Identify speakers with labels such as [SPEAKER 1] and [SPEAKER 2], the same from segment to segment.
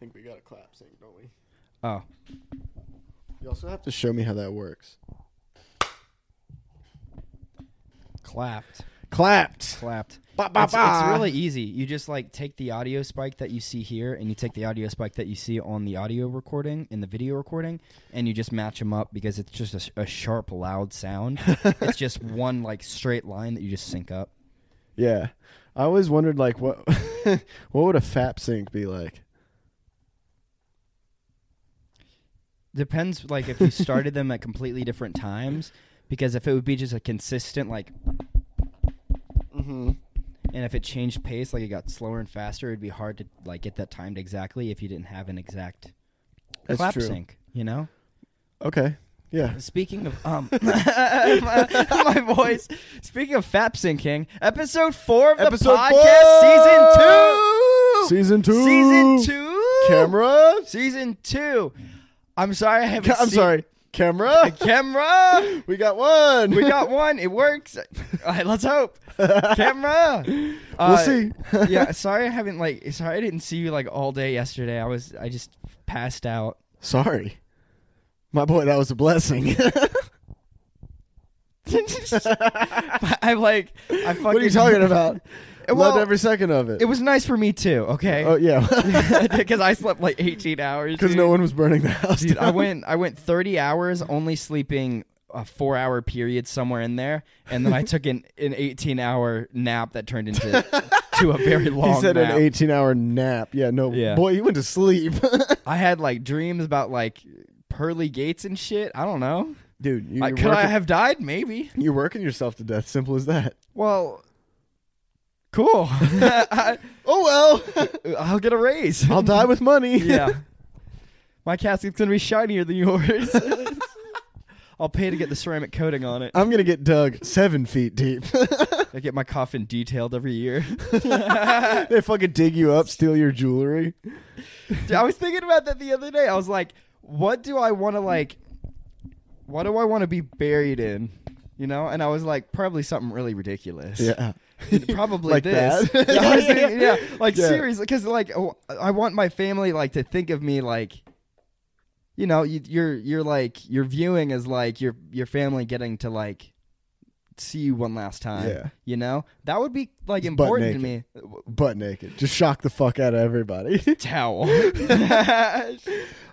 [SPEAKER 1] think we got a clap sync, don't we?
[SPEAKER 2] Oh,
[SPEAKER 1] You also have to show me how that works.
[SPEAKER 2] clapped,
[SPEAKER 1] Clapped.
[SPEAKER 2] clapped.
[SPEAKER 1] Ba, ba,
[SPEAKER 2] It's, it's
[SPEAKER 1] ba.
[SPEAKER 2] really easy. You just like take the audio spike that you see here, and you take the audio spike that you see on the audio recording in the video recording, and you just match them up because it's just a, s- a sharp, loud sound. it's just one like straight line that you just sync up.
[SPEAKER 1] Yeah. I always wondered like what what would a fap sync be like?
[SPEAKER 2] Depends, like if you started them at completely different times, because if it would be just a consistent like,
[SPEAKER 1] Mm-hmm.
[SPEAKER 2] and if it changed pace, like it got slower and faster, it'd be hard to like get that timed exactly if you didn't have an exact
[SPEAKER 1] That's
[SPEAKER 2] clap
[SPEAKER 1] true.
[SPEAKER 2] sync. You know.
[SPEAKER 1] Okay. Yeah.
[SPEAKER 2] Speaking of um, my, my voice. Speaking of fap syncing, episode four of the podcast,
[SPEAKER 1] Season two.
[SPEAKER 2] season two, season two,
[SPEAKER 1] Camera.
[SPEAKER 2] season two. I'm sorry, I haven't.
[SPEAKER 1] Ca- I'm
[SPEAKER 2] seen-
[SPEAKER 1] sorry. Camera.
[SPEAKER 2] camera.
[SPEAKER 1] We got one.
[SPEAKER 2] We got one. It works. All right, let's hope. Camera. We'll
[SPEAKER 1] We'll see.
[SPEAKER 2] yeah, sorry I haven't like. Sorry I didn't see you like all day yesterday. I was. I just passed out.
[SPEAKER 1] Sorry. My boy, that was a blessing.
[SPEAKER 2] I'm like. I fucking,
[SPEAKER 1] what are you talking about?
[SPEAKER 2] Well,
[SPEAKER 1] Loved every second of it.
[SPEAKER 2] It was nice for me too. Okay.
[SPEAKER 1] oh yeah.
[SPEAKER 2] because I slept like 18 hours.
[SPEAKER 1] Because
[SPEAKER 2] dude.
[SPEAKER 1] no one was burning the house.
[SPEAKER 2] Dude, I
[SPEAKER 1] down.
[SPEAKER 2] went I went 30 hours only sleeping a four hour period somewhere in there, and then I took an an 18 hour nap that turned into to a very long.
[SPEAKER 1] He said
[SPEAKER 2] nap.
[SPEAKER 1] an 18 hour nap. Yeah, no.
[SPEAKER 2] Yeah.
[SPEAKER 1] Boy, you went to sleep.
[SPEAKER 2] I had like dreams about like pearly gates and shit. I don't know.
[SPEAKER 1] Dude, you,
[SPEAKER 2] Like,
[SPEAKER 1] you're,
[SPEAKER 2] could I
[SPEAKER 1] working,
[SPEAKER 2] have died? Maybe.
[SPEAKER 1] you're working yourself to death. Simple as that.
[SPEAKER 2] Well. Cool. I,
[SPEAKER 1] Oh, well.
[SPEAKER 2] I'll get a raise.
[SPEAKER 1] I'll die with money.
[SPEAKER 2] yeah. My casket's gonna be shinier than yours. I'll pay to get the ceramic coating on it.
[SPEAKER 1] I'm going to get dug seven feet deep.
[SPEAKER 2] I get my coffin detailed every year.
[SPEAKER 1] they fucking dig you up, steal your jewelry.
[SPEAKER 2] Dude, I was thinking about that the other day. I was like, what do I want to like? What do I want to be buried in? You know? And I was like, probably something really ridiculous.
[SPEAKER 1] Yeah.
[SPEAKER 2] Probably
[SPEAKER 1] Like
[SPEAKER 2] this.
[SPEAKER 1] that?
[SPEAKER 2] yeah, I was thinking- yeah, like
[SPEAKER 1] Yeah.
[SPEAKER 2] seriously, because like oh, I want my family like to think of me like, you know, you, you're you're like you're viewing as like your your family getting to like see you one last time.
[SPEAKER 1] Yeah.
[SPEAKER 2] You know, that would be like
[SPEAKER 1] Just butt
[SPEAKER 2] important to me.
[SPEAKER 1] Butt naked. Just shock the fuck out of everybody.
[SPEAKER 2] Towel.
[SPEAKER 1] I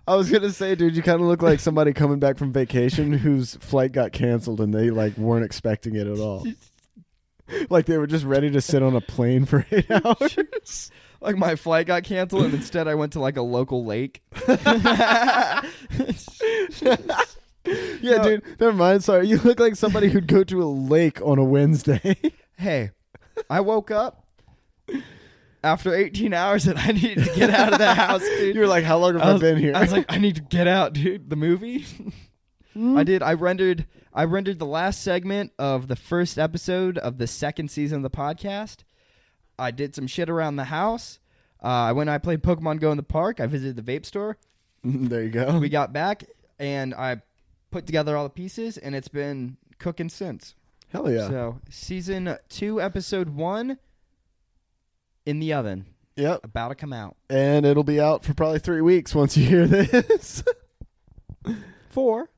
[SPEAKER 1] was gonna say, dude, you kind of look like somebody coming back from vacation whose flight got canceled and they like weren't expecting it at all. Like they were just ready to sit on a plane for eight hours.
[SPEAKER 2] like my flight got canceled and instead I went to like a local lake.
[SPEAKER 1] Yeah,
[SPEAKER 2] No.
[SPEAKER 1] dude. Never mind. Sorry, you look like somebody who'd go to a lake on a Wednesday.
[SPEAKER 2] hey, I woke up after 18 hours and I needed to get out of the house, dude.
[SPEAKER 1] you were like, "How long have I,
[SPEAKER 2] I was,
[SPEAKER 1] been here?"
[SPEAKER 2] I was like, I need to get out, dude. The movie.
[SPEAKER 1] Hmm?
[SPEAKER 2] I did. I rendered. I rendered the last segment of the first episode of the second season of the podcast. I did some shit around the house. Uh, I went. and I played Pokemon Go in the park. I visited the vape store.
[SPEAKER 1] Mm, "There you go."
[SPEAKER 2] we got back and I put together all the pieces and it's been cooking since.
[SPEAKER 1] Hell yeah.
[SPEAKER 2] So season two, episode one, in the oven,
[SPEAKER 1] Yep.
[SPEAKER 2] about to come out.
[SPEAKER 1] And it'll be out for probably three weeks once you hear this.
[SPEAKER 2] Four?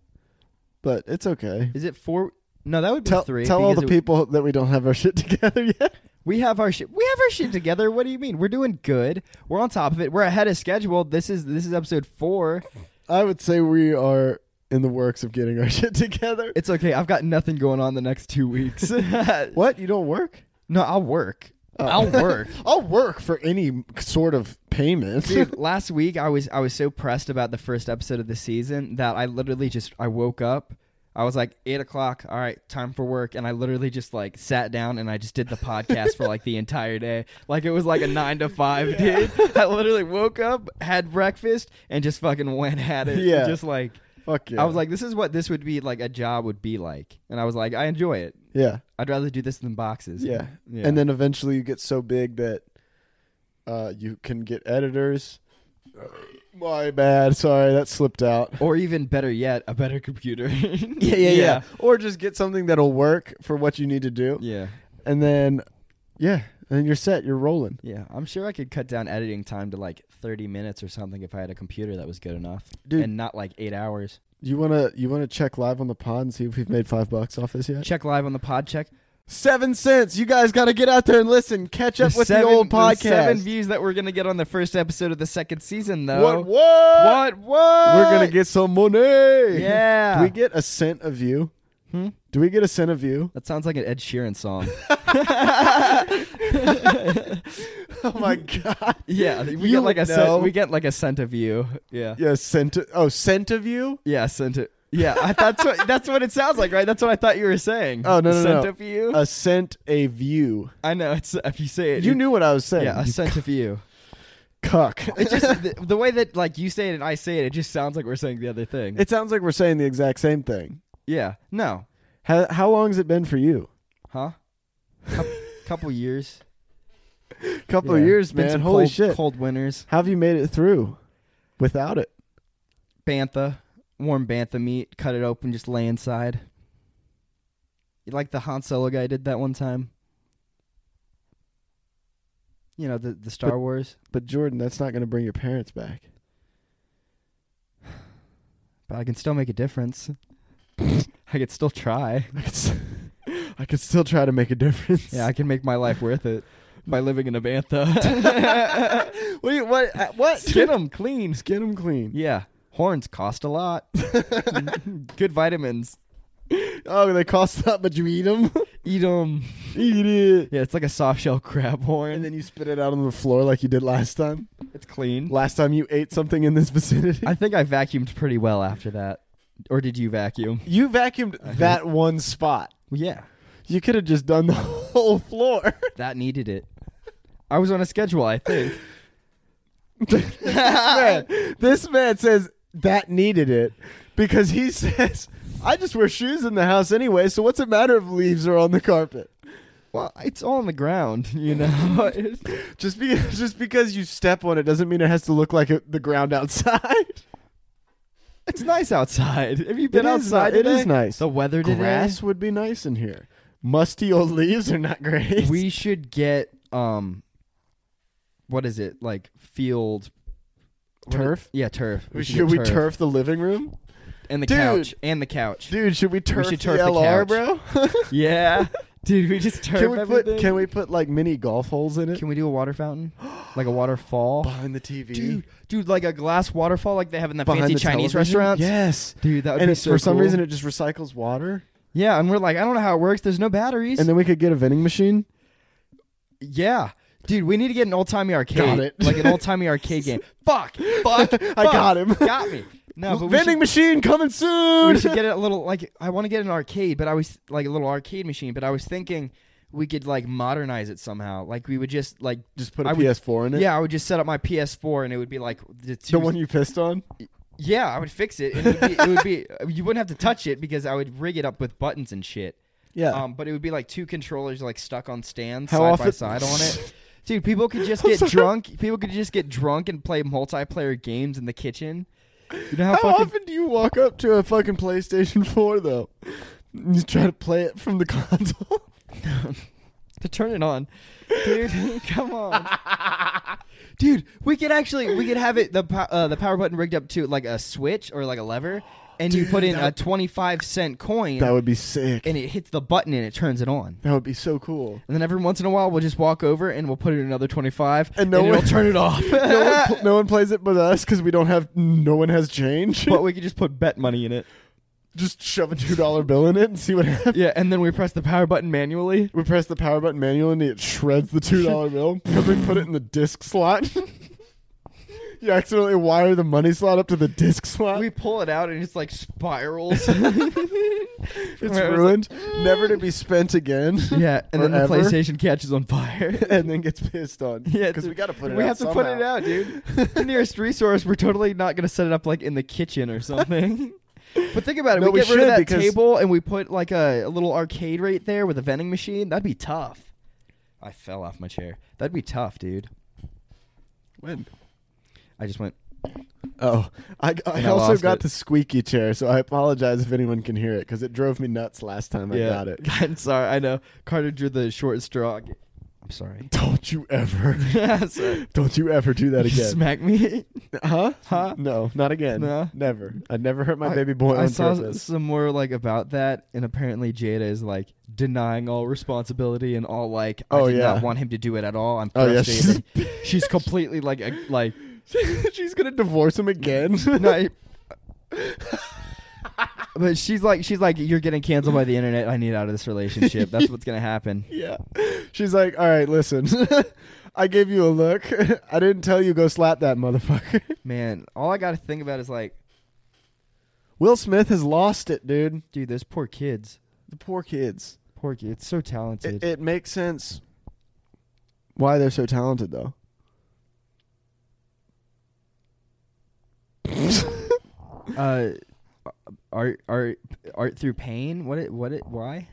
[SPEAKER 1] but it's okay.
[SPEAKER 2] Is it four? No, that would be
[SPEAKER 1] Tell,
[SPEAKER 2] three.
[SPEAKER 1] tell all the
[SPEAKER 2] because it-
[SPEAKER 1] people that we don't have our shit together yet.
[SPEAKER 2] we have our shit. We have our shit together. What do you mean? We're doing good. We're on top of it. We're ahead of schedule. This is this is episode four.
[SPEAKER 1] I would say we are in the works of getting our shit together.
[SPEAKER 2] It's okay. I've got nothing going on the next two weeks. no,
[SPEAKER 1] What? Oh. You don't work?
[SPEAKER 2] I'll work. I'll work.
[SPEAKER 1] I'll work for any sort of payment.
[SPEAKER 2] Dude, last week I was I was so pressed about the first episode of the season that I literally just I woke up. I was like eight o'clock. All right, time for work, and I literally just like sat down and I just did the podcast for like the entire day. Like it was like a nine to five, dude. I literally woke up, had breakfast, and just fucking went at it.
[SPEAKER 1] Yeah.
[SPEAKER 2] just like
[SPEAKER 1] Fuck yeah.
[SPEAKER 2] I was like, this is what this would be like a job would be like, and I was like, I enjoy it.
[SPEAKER 1] yeah,
[SPEAKER 2] I'd rather do this than boxes.
[SPEAKER 1] yeah,
[SPEAKER 2] yeah.
[SPEAKER 1] And then eventually you get so big that uh, you can get editors. My bad. Sorry, that slipped out.
[SPEAKER 2] or even better yet, a better computer.
[SPEAKER 1] Or just get something that'll work for what you need to do,
[SPEAKER 2] yeah.
[SPEAKER 1] and then yeah, and you're set. You're rolling.
[SPEAKER 2] Yeah, I'm sure I could cut down editing time to like 30 minutes or something if I had a computer that was good enough,
[SPEAKER 1] Dude.
[SPEAKER 2] and not like eight hours.
[SPEAKER 1] You wanna you wanna check live on the pod and see if we've made five bucks off this yet?
[SPEAKER 2] Check live on the pod check.
[SPEAKER 1] Seven cents. You guys got to get out there and listen. Catch up
[SPEAKER 2] The
[SPEAKER 1] with
[SPEAKER 2] seven-
[SPEAKER 1] the old podcast.
[SPEAKER 2] Seven views that we're gonna get on the first episode of the second season, though.
[SPEAKER 1] What? What?
[SPEAKER 2] What? What?
[SPEAKER 1] We're gonna get some money.
[SPEAKER 2] Yeah.
[SPEAKER 1] Do we get a cent of you?
[SPEAKER 2] Hmm?
[SPEAKER 1] Do we get a cent of you?
[SPEAKER 2] That sounds like an Ed Sheeran song.
[SPEAKER 1] Oh my god.
[SPEAKER 2] yeah, we
[SPEAKER 1] You
[SPEAKER 2] get like a
[SPEAKER 1] would know.
[SPEAKER 2] cent, we get like a cent of you. Yeah,
[SPEAKER 1] Yeah, cent. Oh, cent of you.
[SPEAKER 2] yeah, cent. Of, yeah, I, that's what that's what it sounds like, right? That's what I thought you were saying.
[SPEAKER 1] Oh, no, no,
[SPEAKER 2] cent
[SPEAKER 1] no.
[SPEAKER 2] of you.
[SPEAKER 1] A cent a view.
[SPEAKER 2] I know it's if you say it,
[SPEAKER 1] You knew what I was saying.
[SPEAKER 2] Yeah, a
[SPEAKER 1] you
[SPEAKER 2] cent of you.
[SPEAKER 1] cuck.
[SPEAKER 2] It's just the, the way that like you say it and I say it, it just sounds like we're saying the other thing.
[SPEAKER 1] it sounds like we're saying the exact same thing.
[SPEAKER 2] yeah, no,
[SPEAKER 1] How how long's it been for you?
[SPEAKER 2] huh? Coup couple years,
[SPEAKER 1] Couple
[SPEAKER 2] Yeah.
[SPEAKER 1] of years,
[SPEAKER 2] Been
[SPEAKER 1] man.
[SPEAKER 2] some
[SPEAKER 1] Holy
[SPEAKER 2] cold-
[SPEAKER 1] shit.
[SPEAKER 2] Cold winters,
[SPEAKER 1] How have you made it through without it?
[SPEAKER 2] bantha, warm bantha meat, cut it open, just lay inside. You Like the Han Solo guy did that one time. You know the the Star
[SPEAKER 1] But-
[SPEAKER 2] Wars,
[SPEAKER 1] But Jordan, that's not going to bring your parents back.
[SPEAKER 2] but I can still make a difference. I could still try.
[SPEAKER 1] I could, s- I could still try to make a difference.
[SPEAKER 2] Yeah, I can make my life worth it by living in a bantha.
[SPEAKER 1] Wait, what? uh, What?
[SPEAKER 2] Skin them clean.
[SPEAKER 1] Skin them clean.
[SPEAKER 2] Yeah. Horns cost a lot. Good vitamins.
[SPEAKER 1] Oh, they cost that, but you eat them.
[SPEAKER 2] Eat them.
[SPEAKER 1] eat it,
[SPEAKER 2] Yeah, it's like a soft shell crab horn.
[SPEAKER 1] and then you spit it out on the floor like you did last time.
[SPEAKER 2] it's clean.
[SPEAKER 1] Last time you ate something in this vicinity.
[SPEAKER 2] I think I vacuumed pretty well after that. Or did you vacuum?
[SPEAKER 1] you vacuumed
[SPEAKER 2] I
[SPEAKER 1] that one spot.
[SPEAKER 2] Yeah.
[SPEAKER 1] You could have just done the whole floor.
[SPEAKER 2] That needed it. I was on a schedule, I think.
[SPEAKER 1] this, man, this man says that needed it because he says, I just wear shoes in the house anyway, so what's it matter if leaves are on the carpet?
[SPEAKER 2] Well, it's all on the ground, you know.
[SPEAKER 1] Just, be, just because you step on it doesn't mean it has to look like it- the ground outside.
[SPEAKER 2] it's nice outside. Have you been
[SPEAKER 1] It is
[SPEAKER 2] outside?
[SPEAKER 1] ni- it
[SPEAKER 2] today?
[SPEAKER 1] is nice.
[SPEAKER 2] The weather today.
[SPEAKER 1] Grass would be nice in here. Musty old leaves are not great.
[SPEAKER 2] we should get um what is it like field what are-
[SPEAKER 1] Turf?
[SPEAKER 2] yeah turf
[SPEAKER 1] should,
[SPEAKER 2] get
[SPEAKER 1] we turf the living room,
[SPEAKER 2] and the
[SPEAKER 1] Dude.
[SPEAKER 2] couch and the couch
[SPEAKER 1] dude? Should we turf,
[SPEAKER 2] should turf
[SPEAKER 1] the
[SPEAKER 2] the
[SPEAKER 1] LR,
[SPEAKER 2] couch.
[SPEAKER 1] bro?
[SPEAKER 2] yeah dude we just turf
[SPEAKER 1] can we
[SPEAKER 2] everything
[SPEAKER 1] put can we put like mini golf holes in it
[SPEAKER 2] Can we do a water fountain like a waterfall
[SPEAKER 1] behind the TV?
[SPEAKER 2] dude dude like a glass waterfall like they have in the
[SPEAKER 1] behind
[SPEAKER 2] fancy
[SPEAKER 1] the
[SPEAKER 2] chinese
[SPEAKER 1] television?
[SPEAKER 2] restaurants
[SPEAKER 1] Yes.
[SPEAKER 2] dude that would
[SPEAKER 1] and
[SPEAKER 2] be
[SPEAKER 1] it's,
[SPEAKER 2] so
[SPEAKER 1] for some
[SPEAKER 2] cool.
[SPEAKER 1] reason it just recycles water.
[SPEAKER 2] yeah and we're like i don't know how it works there's no batteries
[SPEAKER 1] And then we could get a vending machine.
[SPEAKER 2] yeah Dude, we need to get an old timey arcade,
[SPEAKER 1] Got it.
[SPEAKER 2] like an old timey arcade game. Fuck, fuck,
[SPEAKER 1] I
[SPEAKER 2] fuck.
[SPEAKER 1] got him.
[SPEAKER 2] got me. No, but we should-
[SPEAKER 1] vending machine coming soon.
[SPEAKER 2] we should get a little like I want to get an arcade, but I was like a little arcade machine. But I was thinking we could like modernize it somehow. Like we would just like
[SPEAKER 1] just put a
[SPEAKER 2] I would-
[SPEAKER 1] PS4 in it.
[SPEAKER 2] yeah, I would just set up my PS4 and it would be like the two.
[SPEAKER 1] The one you pissed on.
[SPEAKER 2] yeah, I would fix it. and It would, be, it would be you wouldn't have to touch it because I would rig it up with buttons and shit.
[SPEAKER 1] Yeah.
[SPEAKER 2] Um, but it would be like two controllers like stuck on stands
[SPEAKER 1] How
[SPEAKER 2] side by
[SPEAKER 1] often-
[SPEAKER 2] side on it. Dude, people could just
[SPEAKER 1] I'm
[SPEAKER 2] get
[SPEAKER 1] sorry.
[SPEAKER 2] drunk. People could just get drunk and play multiplayer games in the kitchen. You know how,
[SPEAKER 1] How
[SPEAKER 2] fucking
[SPEAKER 1] often do you walk up to a fucking PlayStation 4 though? You try to play it from the console.
[SPEAKER 2] to turn it on, dude. come on, dude. We could actually we could have it the po- uh, the power button rigged up to like a switch or like a lever, and you put
[SPEAKER 1] Dude,
[SPEAKER 2] in
[SPEAKER 1] that-
[SPEAKER 2] a twenty five cent coin,
[SPEAKER 1] that would be sick.
[SPEAKER 2] and it hits the button and it turns it on.
[SPEAKER 1] that would be so cool.
[SPEAKER 2] And then every once in a while, we'll just walk over and we'll put in another twenty five,
[SPEAKER 1] And no
[SPEAKER 2] it'll
[SPEAKER 1] one-
[SPEAKER 2] turn it off.
[SPEAKER 1] no, one pl- no one plays it but us because we don't have. No one has change.
[SPEAKER 2] but we could just put bet money in it.
[SPEAKER 1] Just shove a two dollar bill in it and see what happens.
[SPEAKER 2] Yeah, and then we press the power button manually.
[SPEAKER 1] We press the power button manually and it shreds the two dollar bill because we put it in the disc slot. you accidentally wire the money slot up to the disc slot.
[SPEAKER 2] We pull it out and it's like spirals.
[SPEAKER 1] it's ruined, never to be spent again.
[SPEAKER 2] "Mm." yeah, and then the
[SPEAKER 1] Forever.
[SPEAKER 2] PlayStation catches on fire.
[SPEAKER 1] and then gets pissed on.
[SPEAKER 2] Yeah,
[SPEAKER 1] because
[SPEAKER 2] dude.
[SPEAKER 1] we got to put it.
[SPEAKER 2] we
[SPEAKER 1] out
[SPEAKER 2] have to put it
[SPEAKER 1] somehow.
[SPEAKER 2] out, dude. the nearest resource, we're totally not going to set it up like in the kitchen or something. but think about it.
[SPEAKER 1] No, we
[SPEAKER 2] we get rid of
[SPEAKER 1] should,
[SPEAKER 2] that
[SPEAKER 1] because-
[SPEAKER 2] table and we put like a, a little arcade right there with a vending machine. That'd be tough. I fell off my chair. That'd be tough, dude.
[SPEAKER 1] When?
[SPEAKER 2] I just went.
[SPEAKER 1] Oh, I, I
[SPEAKER 2] And I
[SPEAKER 1] also
[SPEAKER 2] lost
[SPEAKER 1] got
[SPEAKER 2] it.
[SPEAKER 1] the squeaky chair, so I apologize if anyone can hear it because it drove me nuts last time I
[SPEAKER 2] yeah,
[SPEAKER 1] got it.
[SPEAKER 2] I'm sorry. I know. Carter drew the short straw. I'm sorry.
[SPEAKER 1] Don't you ever.
[SPEAKER 2] Sorry.
[SPEAKER 1] Don't you ever do that
[SPEAKER 2] You
[SPEAKER 1] again.
[SPEAKER 2] Smack me.
[SPEAKER 1] huh?
[SPEAKER 2] Huh?
[SPEAKER 1] No, not again.
[SPEAKER 2] No.
[SPEAKER 1] Never. I never hurt my
[SPEAKER 2] I-
[SPEAKER 1] baby boy
[SPEAKER 2] I
[SPEAKER 1] on
[SPEAKER 2] saw
[SPEAKER 1] purpose.
[SPEAKER 2] some more like about that, and apparently Jada is like denying all responsibility and all like I
[SPEAKER 1] Oh,
[SPEAKER 2] did
[SPEAKER 1] yeah.
[SPEAKER 2] not want him to do it at all. I'm
[SPEAKER 1] Oh, yeah,
[SPEAKER 2] thirsty.
[SPEAKER 1] she's-
[SPEAKER 2] And she's completely like a, like
[SPEAKER 1] She's gonna divorce him again.
[SPEAKER 2] no. it- but she's like she's like you're getting canceled by the internet. I need out of this relationship. That's what's gonna happen.
[SPEAKER 1] Yeah. She's like, all right, listen. I gave you a look. I didn't tell you go slap that motherfucker.
[SPEAKER 2] Man, all I gotta think about is like,
[SPEAKER 1] Will Smith has lost it, dude.
[SPEAKER 2] dude, those poor kids.
[SPEAKER 1] The poor kids.
[SPEAKER 2] Poor kids, so
[SPEAKER 1] It,
[SPEAKER 2] talented.
[SPEAKER 1] it makes sense why they're so talented, though.
[SPEAKER 2] uh, art, art, art through pain. What it, what it, why?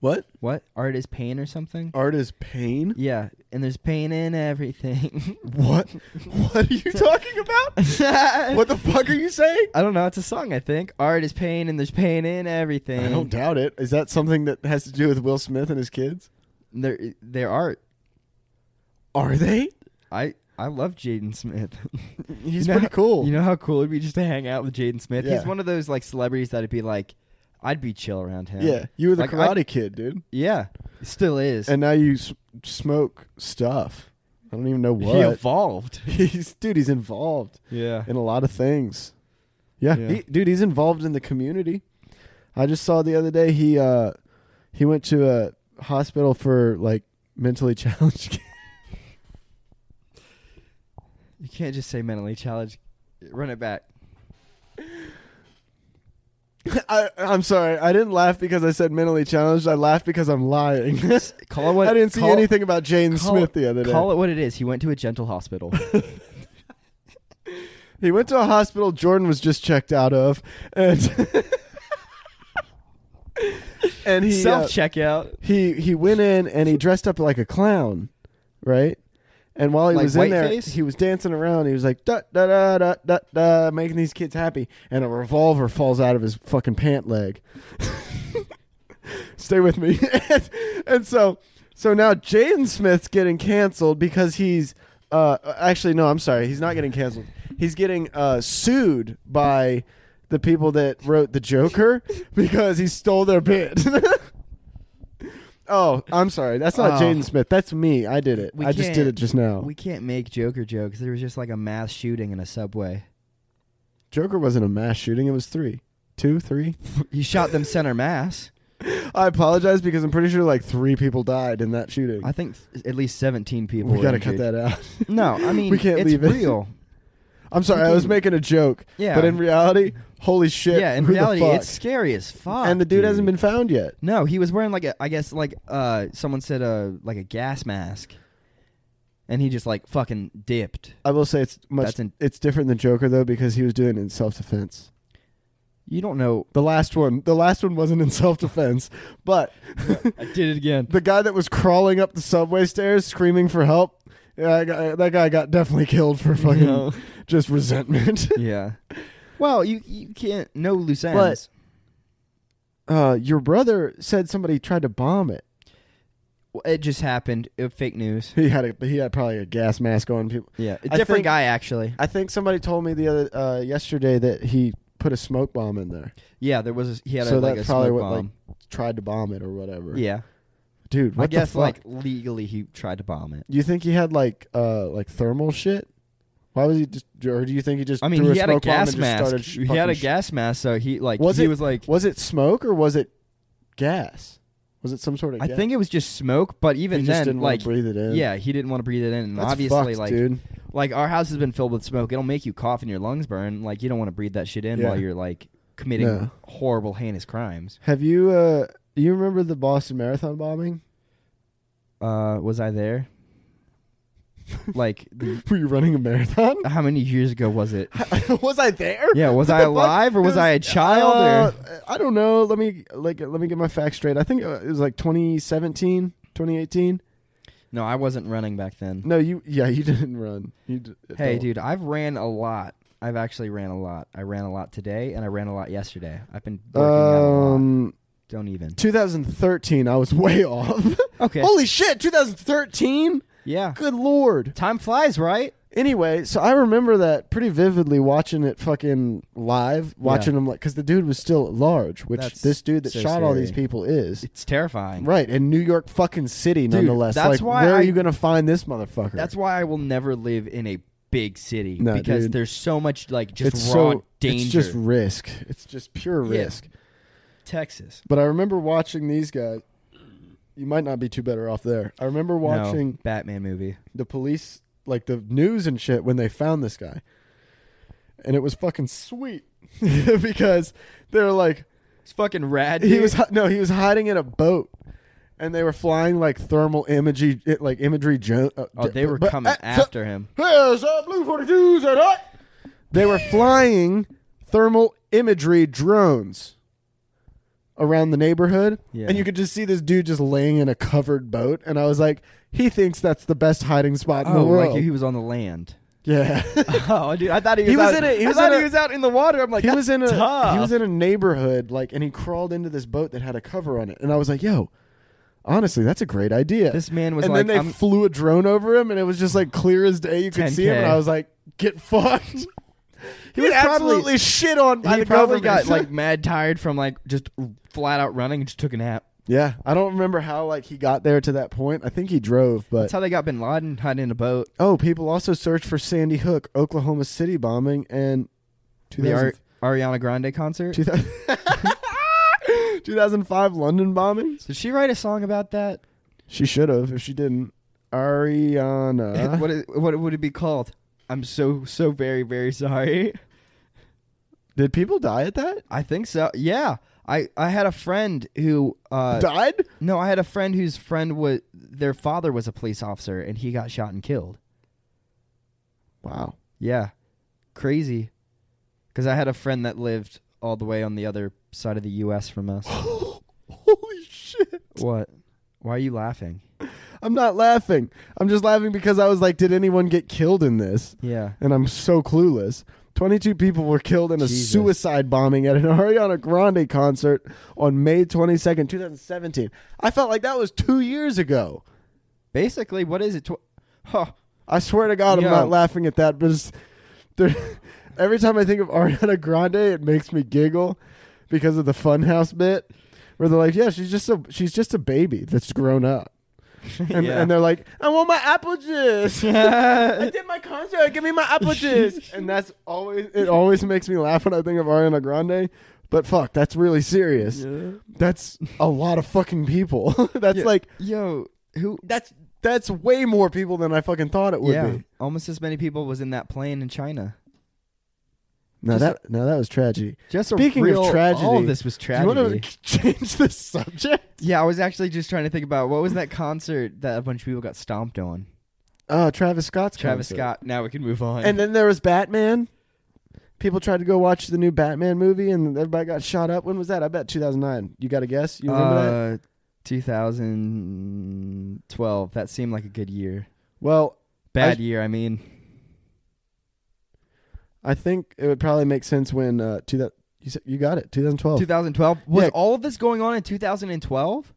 [SPEAKER 1] What?
[SPEAKER 2] What art is pain or something?
[SPEAKER 1] Art is pain?
[SPEAKER 2] Yeah, and there's pain in everything.
[SPEAKER 1] What? What are you talking about? What
[SPEAKER 2] what
[SPEAKER 1] the fuck are you saying?
[SPEAKER 2] I don't know. It's a song, I think. Art is pain, and there's pain in everything.
[SPEAKER 1] I don't doubt it. Is that something that has to do with Will Smith and his kids?
[SPEAKER 2] There, there art.
[SPEAKER 1] Are they?
[SPEAKER 2] I, I love Jaden Smith.
[SPEAKER 1] He's
[SPEAKER 2] You know
[SPEAKER 1] pretty
[SPEAKER 2] how-
[SPEAKER 1] cool.
[SPEAKER 2] You know how cool it'd be just to hang out with Jaden Smith.
[SPEAKER 1] Yeah.
[SPEAKER 2] He's one of those like celebrities that'd be like, I'd be chill around him.
[SPEAKER 1] yeah, you were the
[SPEAKER 2] Like, I-
[SPEAKER 1] Karate Kid, dude.
[SPEAKER 2] yeah. Still is.
[SPEAKER 1] And now you s- smoke stuff. I don't even know
[SPEAKER 2] He
[SPEAKER 1] what.
[SPEAKER 2] evolved.
[SPEAKER 1] he's dude. He's involved
[SPEAKER 2] Yeah.
[SPEAKER 1] in a lot of things. Yeah,
[SPEAKER 2] Yeah.
[SPEAKER 1] He, dude. He's involved in the community. I just saw the other day he uh he went to a hospital for like mentally challenged. kids.
[SPEAKER 2] You can't just say mentally challenged. Run it back.
[SPEAKER 1] I, I'm sorry. I didn't laugh because I said mentally challenged. I laughed because I'm lying.
[SPEAKER 2] Call it what
[SPEAKER 1] I didn't see
[SPEAKER 2] call-
[SPEAKER 1] anything about Jaden
[SPEAKER 2] call-
[SPEAKER 1] Smith the other day.
[SPEAKER 2] Call it what it is. He went to a gentle hospital.
[SPEAKER 1] He went to a hospital Jordan was just checked out of, and and he uh,
[SPEAKER 2] Self checkout.
[SPEAKER 1] he he went in and he dressed up like a clown, right? And while he
[SPEAKER 2] Like
[SPEAKER 1] was in there,
[SPEAKER 2] whiteface?
[SPEAKER 1] he was dancing around. He was like da da da da da da, making these kids happy. And a revolver falls out of his fucking pant leg. Stay with me. and, and so so now Jaden Smith's getting canceled because he's uh actually no, I'm sorry, he's not getting canceled. He's getting uh sued by the people that wrote the Joker because he stole their bit. oh, I'm sorry. That's not
[SPEAKER 2] Oh.
[SPEAKER 1] Jaden Smith. That's me. I did it.
[SPEAKER 2] We
[SPEAKER 1] I just did
[SPEAKER 2] can't-
[SPEAKER 1] it just now.
[SPEAKER 2] We can't make Joker jokes. There was just like a mass shooting in a subway.
[SPEAKER 1] Joker wasn't a mass shooting. It was three, two, three.
[SPEAKER 2] He shot them center mass.
[SPEAKER 1] I apologize because I'm pretty sure like three people died in that shooting.
[SPEAKER 2] I think th- at least 17 people.
[SPEAKER 1] we
[SPEAKER 2] were
[SPEAKER 1] got to cut
[SPEAKER 2] injured.
[SPEAKER 1] that out.
[SPEAKER 2] No, I mean
[SPEAKER 1] We can't
[SPEAKER 2] it's
[SPEAKER 1] leave it.
[SPEAKER 2] real.
[SPEAKER 1] I'm sorry. I was making a joke.
[SPEAKER 2] Yeah.
[SPEAKER 1] But in reality, holy shit.
[SPEAKER 2] yeah, in
[SPEAKER 1] who the
[SPEAKER 2] reality,
[SPEAKER 1] fuck?
[SPEAKER 2] it's scary as fuck.
[SPEAKER 1] And the dude, hasn't been found yet.
[SPEAKER 2] No, he was wearing like a, I guess like uh, someone said a like a gas mask, and he just like fucking dipped.
[SPEAKER 1] I will say it's much.
[SPEAKER 2] That's in-
[SPEAKER 1] it's different than Joker though because he was doing it in self defense.
[SPEAKER 2] You don't know.
[SPEAKER 1] The last one, the last one wasn't in self defense, but
[SPEAKER 2] I did it again.
[SPEAKER 1] the guy that was crawling up the subway stairs screaming for help, yeah, I got- that guy got definitely killed for fucking
[SPEAKER 2] No.
[SPEAKER 1] just resentment.
[SPEAKER 2] yeah. Well, you you can't no loose ends.
[SPEAKER 1] But- Uh, your brother said somebody tried to bomb it.
[SPEAKER 2] Well, it just happened. It, fake news.
[SPEAKER 1] He had a, he had probably a gas mask on. People,
[SPEAKER 2] Yeah, a
[SPEAKER 1] I
[SPEAKER 2] different
[SPEAKER 1] think-
[SPEAKER 2] guy actually.
[SPEAKER 1] I think somebody told me the other uh, yesterday that he put a smoke bomb in there,
[SPEAKER 2] Yeah, there was. A, he had
[SPEAKER 1] So
[SPEAKER 2] a, like a
[SPEAKER 1] that's probably
[SPEAKER 2] smoke
[SPEAKER 1] what,
[SPEAKER 2] bomb.
[SPEAKER 1] tried to bomb it or whatever.
[SPEAKER 2] yeah,
[SPEAKER 1] dude, what
[SPEAKER 2] I guess
[SPEAKER 1] the fuck?
[SPEAKER 2] like legally he tried to bomb it.
[SPEAKER 1] You think he had like uh like thermal shit? Why was he just? Or do you think he just?
[SPEAKER 2] I mean,
[SPEAKER 1] threw
[SPEAKER 2] he had a
[SPEAKER 1] smoke bomb
[SPEAKER 2] gas
[SPEAKER 1] and just
[SPEAKER 2] mask.
[SPEAKER 1] started sh-
[SPEAKER 2] He had
[SPEAKER 1] fucking
[SPEAKER 2] a
[SPEAKER 1] sh-
[SPEAKER 2] gas mask, so he like
[SPEAKER 1] Was
[SPEAKER 2] he
[SPEAKER 1] it-
[SPEAKER 2] was like.
[SPEAKER 1] Was it smoke or was it gas? Was it some sort of?
[SPEAKER 2] I
[SPEAKER 1] gas?
[SPEAKER 2] think it was just smoke, but
[SPEAKER 1] he
[SPEAKER 2] even
[SPEAKER 1] just
[SPEAKER 2] then,
[SPEAKER 1] didn't want
[SPEAKER 2] like
[SPEAKER 1] to breathe it in.
[SPEAKER 2] yeah, he didn't want to breathe it in, and
[SPEAKER 1] That's
[SPEAKER 2] obviously,
[SPEAKER 1] fucked,
[SPEAKER 2] like
[SPEAKER 1] dude.
[SPEAKER 2] like our house has been filled with smoke. It'll make you cough and your lungs burn. Like you don't want to breathe that shit in
[SPEAKER 1] Yeah.
[SPEAKER 2] while you're like committing
[SPEAKER 1] No.
[SPEAKER 2] horrible, heinous crimes.
[SPEAKER 1] Have you uh you remember the Boston Marathon bombing?
[SPEAKER 2] Uh, was I there? like, the,
[SPEAKER 1] Were you running a marathon?
[SPEAKER 2] how many years ago was it?
[SPEAKER 1] was I there?
[SPEAKER 2] Yeah, was I
[SPEAKER 1] the fuck?
[SPEAKER 2] alive or
[SPEAKER 1] It
[SPEAKER 2] was, I a child? or
[SPEAKER 1] uh, I don't know. Let me like let me get my facts straight. I think uh, it was like 2017, 2018.
[SPEAKER 2] no, I wasn't running back then.
[SPEAKER 1] No, you yeah, you didn't run. You d-
[SPEAKER 2] Hey,
[SPEAKER 1] don't.
[SPEAKER 2] dude, I've ran a lot. I've actually ran a lot. I ran a lot today, and I ran a lot yesterday. I've been working out a lot.
[SPEAKER 1] Um,
[SPEAKER 2] Don't even.
[SPEAKER 1] 2013, I was way off.
[SPEAKER 2] Okay.
[SPEAKER 1] Holy shit, 2013?
[SPEAKER 2] yeah.
[SPEAKER 1] Good lord.
[SPEAKER 2] Time flies, right?
[SPEAKER 1] Anyway, so I remember that pretty vividly watching it fucking live, watching him like, because the dude was still at large, which
[SPEAKER 2] That's
[SPEAKER 1] this dude that
[SPEAKER 2] so
[SPEAKER 1] shot all these
[SPEAKER 2] scary.
[SPEAKER 1] people is.
[SPEAKER 2] It's terrifying.
[SPEAKER 1] Right, in New York fucking city, nonetheless. like,
[SPEAKER 2] that's why
[SPEAKER 1] where
[SPEAKER 2] I-
[SPEAKER 1] are you going to find this motherfucker?
[SPEAKER 2] That's why I will never live in a big city
[SPEAKER 1] No,
[SPEAKER 2] because
[SPEAKER 1] dude.
[SPEAKER 2] there's so much like just
[SPEAKER 1] it's
[SPEAKER 2] raw
[SPEAKER 1] so
[SPEAKER 2] danger.
[SPEAKER 1] it's just risk. It's just pure
[SPEAKER 2] Yeah.
[SPEAKER 1] risk.
[SPEAKER 2] Texas.
[SPEAKER 1] But I remember watching these guys. You might not be too better off there. I remember watching
[SPEAKER 2] No, Batman movie.
[SPEAKER 1] the police, like the news and shit, when they found this guy, and it was fucking sweet because they were like,
[SPEAKER 2] It's fucking rad.
[SPEAKER 1] he
[SPEAKER 2] dude.
[SPEAKER 1] was hi- no, he was hiding in a boat, and they were flying like thermal imagery, it- like imagery. Jo- uh,
[SPEAKER 2] Oh, they were
[SPEAKER 1] but-
[SPEAKER 2] coming
[SPEAKER 1] uh, so-
[SPEAKER 2] after him.
[SPEAKER 1] Here's a blue forty two. They were flying thermal imagery drones around the neighborhood,
[SPEAKER 2] Yeah.
[SPEAKER 1] and you could just see this dude just laying in a covered boat. And I was like, he thinks that's the best hiding spot in
[SPEAKER 2] oh,
[SPEAKER 1] the world.
[SPEAKER 2] like he was on the land.
[SPEAKER 1] yeah,
[SPEAKER 2] oh, dude, I thought he was.
[SPEAKER 1] He was
[SPEAKER 2] out,
[SPEAKER 1] in a- he
[SPEAKER 2] I
[SPEAKER 1] was
[SPEAKER 2] thought
[SPEAKER 1] in a-
[SPEAKER 2] he was out in the water. I'm like,
[SPEAKER 1] he was in a
[SPEAKER 2] tough.
[SPEAKER 1] he was in a neighborhood like, and he crawled into this boat that had a cover on it. And I was like, yo. Honestly, that's a great idea.
[SPEAKER 2] This man was
[SPEAKER 1] and
[SPEAKER 2] like,
[SPEAKER 1] then they
[SPEAKER 2] I'm-
[SPEAKER 1] flew a drone over him, and it was just like clear as day. You could see him,
[SPEAKER 2] 10K.
[SPEAKER 1] and I was like, "Get fucked." he, was
[SPEAKER 2] probably-
[SPEAKER 1] absolutely shit on by
[SPEAKER 2] he
[SPEAKER 1] the
[SPEAKER 2] probably
[SPEAKER 1] government.
[SPEAKER 2] got like mad tired from like just flat out running and just took a nap.
[SPEAKER 1] Yeah, I don't remember how like he got there to that point. I think he drove,
[SPEAKER 2] That's
[SPEAKER 1] but
[SPEAKER 2] how they got Bin Laden hiding in a boat.
[SPEAKER 1] oh, people also searched for Sandy Hook, Oklahoma City bombing, and
[SPEAKER 2] The
[SPEAKER 1] 2000,
[SPEAKER 2] Ar- Ariana Grande concert.
[SPEAKER 1] 2000 2005 London bombings.
[SPEAKER 2] Did she write a song about that?
[SPEAKER 1] She should have if she didn't. Ariana,
[SPEAKER 2] what is, what would it be called? I'm so so very very sorry.
[SPEAKER 1] did people die at that?
[SPEAKER 2] I think so. Yeah. I, I had a friend who uh,
[SPEAKER 1] Died?
[SPEAKER 2] no I had a friend whose friend was their father was a police officer and he got shot and killed.
[SPEAKER 1] Wow.
[SPEAKER 2] Yeah. Crazy. Cuz I had a friend that lived all the way on the other side of the US from us.
[SPEAKER 1] Holy shit.
[SPEAKER 2] what? Why are you laughing?
[SPEAKER 1] I'm not laughing. I'm just laughing because I was like, did anyone get killed in this?
[SPEAKER 2] Yeah.
[SPEAKER 1] And I'm so clueless. 22 people were killed in a
[SPEAKER 2] Jesus.
[SPEAKER 1] suicide bombing at an Ariana Grande concert on May 22nd, 2017. I felt like that was two years ago.
[SPEAKER 2] Basically, what is it? Tw- huh.
[SPEAKER 1] I swear to God,
[SPEAKER 2] Yo.
[SPEAKER 1] I'm not laughing at that, but it's, there, every time I think of Ariana Grande, it makes me giggle because of the Funhouse bit where they're like, "Yeah, she's just a she's just a baby that's grown up," and,
[SPEAKER 2] Yeah.
[SPEAKER 1] and they're like, "I want my apple juice." I did my concert. Give me my apple juice. and that's always it. Always makes me laugh when I think of Ariana Grande. But fuck, that's really serious. That's a lot of fucking people. that's
[SPEAKER 2] Yeah.
[SPEAKER 1] like
[SPEAKER 2] Yo, who
[SPEAKER 1] that's that's way more people than I fucking thought it would
[SPEAKER 2] yeah,
[SPEAKER 1] be.
[SPEAKER 2] almost as many people was in that plane in China.
[SPEAKER 1] No,
[SPEAKER 2] Just
[SPEAKER 1] that no, that was tragedy.
[SPEAKER 2] Just
[SPEAKER 1] Speaking
[SPEAKER 2] a
[SPEAKER 1] of
[SPEAKER 2] real, all
[SPEAKER 1] tragedy,
[SPEAKER 2] of this was
[SPEAKER 1] Do you
[SPEAKER 2] tragedy.
[SPEAKER 1] want to change the subject?
[SPEAKER 2] Yeah, I was actually just trying to think about what was that concert that a bunch of people got stomped on.
[SPEAKER 1] Oh, Travis Scott's
[SPEAKER 2] Travis
[SPEAKER 1] concert.
[SPEAKER 2] Scott. Now we can move on.
[SPEAKER 1] And then there was Batman. People tried to go watch the new Batman movie, and everybody got shot up. When was that? I bet 2009. You got a guess? You remember that?
[SPEAKER 2] uh, 2012. That seemed like a good year.
[SPEAKER 1] Well,
[SPEAKER 2] Bad
[SPEAKER 1] I-
[SPEAKER 2] year, I mean.
[SPEAKER 1] I think it would probably make sense when uh, two that you said you got it 2012.
[SPEAKER 2] 2012 was
[SPEAKER 1] Oh. Yeah.
[SPEAKER 2] all of this going on in 2012?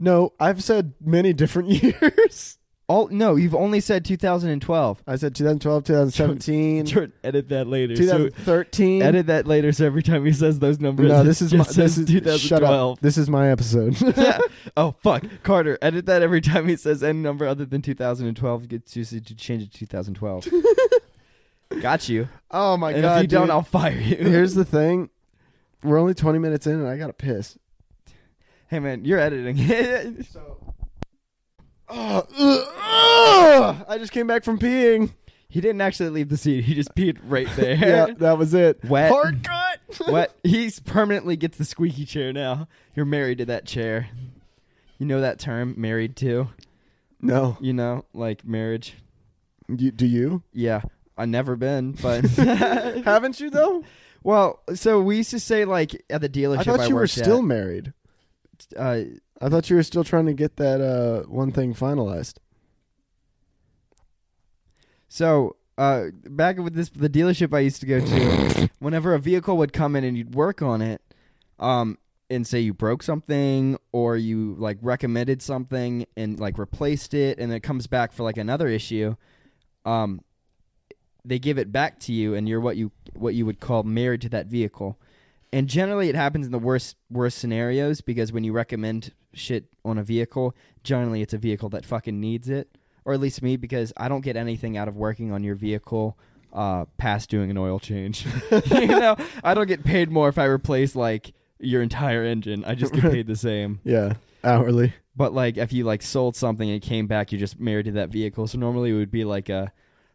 [SPEAKER 1] no, I've said many different years.
[SPEAKER 2] All no, you've only said 2012.
[SPEAKER 1] I said 2012, 2017,
[SPEAKER 2] Jordan, edit that later.
[SPEAKER 1] 2013.
[SPEAKER 2] edit that later. So every time he says those numbers,
[SPEAKER 1] no,
[SPEAKER 2] it
[SPEAKER 1] this is
[SPEAKER 2] just
[SPEAKER 1] my
[SPEAKER 2] says
[SPEAKER 1] this is shut up.
[SPEAKER 2] 2012.
[SPEAKER 1] This is my episode.
[SPEAKER 2] yeah. Oh fuck, Carter. Edit that every time he says any number other than 2012. Gets you to change it to 2012. Got you.
[SPEAKER 1] oh my
[SPEAKER 2] and
[SPEAKER 1] god!
[SPEAKER 2] if you don't,
[SPEAKER 1] dude.
[SPEAKER 2] I'll fire you.
[SPEAKER 1] Here's the thing. We're only 20 minutes in and I got to piss.
[SPEAKER 2] hey man, you're editing.
[SPEAKER 1] So Ugh, ugh, Ah, ugh. I just came back from peeing.
[SPEAKER 2] he didn't actually leave the seat. He just peed right there.
[SPEAKER 1] yeah, that was it.
[SPEAKER 2] Wet.
[SPEAKER 1] Hard cut.
[SPEAKER 2] What? He's permanently gets the squeaky chair now. You're married to that chair. You know that term, married to.
[SPEAKER 1] No.
[SPEAKER 2] You know, like marriage.
[SPEAKER 1] You, do you?
[SPEAKER 2] Yeah, I never been, but
[SPEAKER 1] Haven't you though?
[SPEAKER 2] well, so we used to say like at the dealership.
[SPEAKER 1] I thought you were
[SPEAKER 2] worked
[SPEAKER 1] still
[SPEAKER 2] at,
[SPEAKER 1] married.
[SPEAKER 2] uh,
[SPEAKER 1] I thought you were still trying to get that uh, one thing finalized.
[SPEAKER 2] So uh, back with this, the dealership I used to go to, whenever a vehicle would come in and you'd work on it, um, and say you broke something or you like recommended something and like replaced it and then it comes back for like another issue um they give it back to you and you're what you what you would call married to that vehicle and generally it happens in the worst worst scenarios because when you recommend shit on a vehicle generally it's a vehicle that fucking needs it or at least me because i don't get anything out of working on your vehicle uh, past doing an oil change you know i don't get paid more if i replace like your entire engine i just get paid the same
[SPEAKER 1] Yeah, hourly.
[SPEAKER 2] but like if you like sold something and it came back, you just married to that vehicle. So normally it would be like a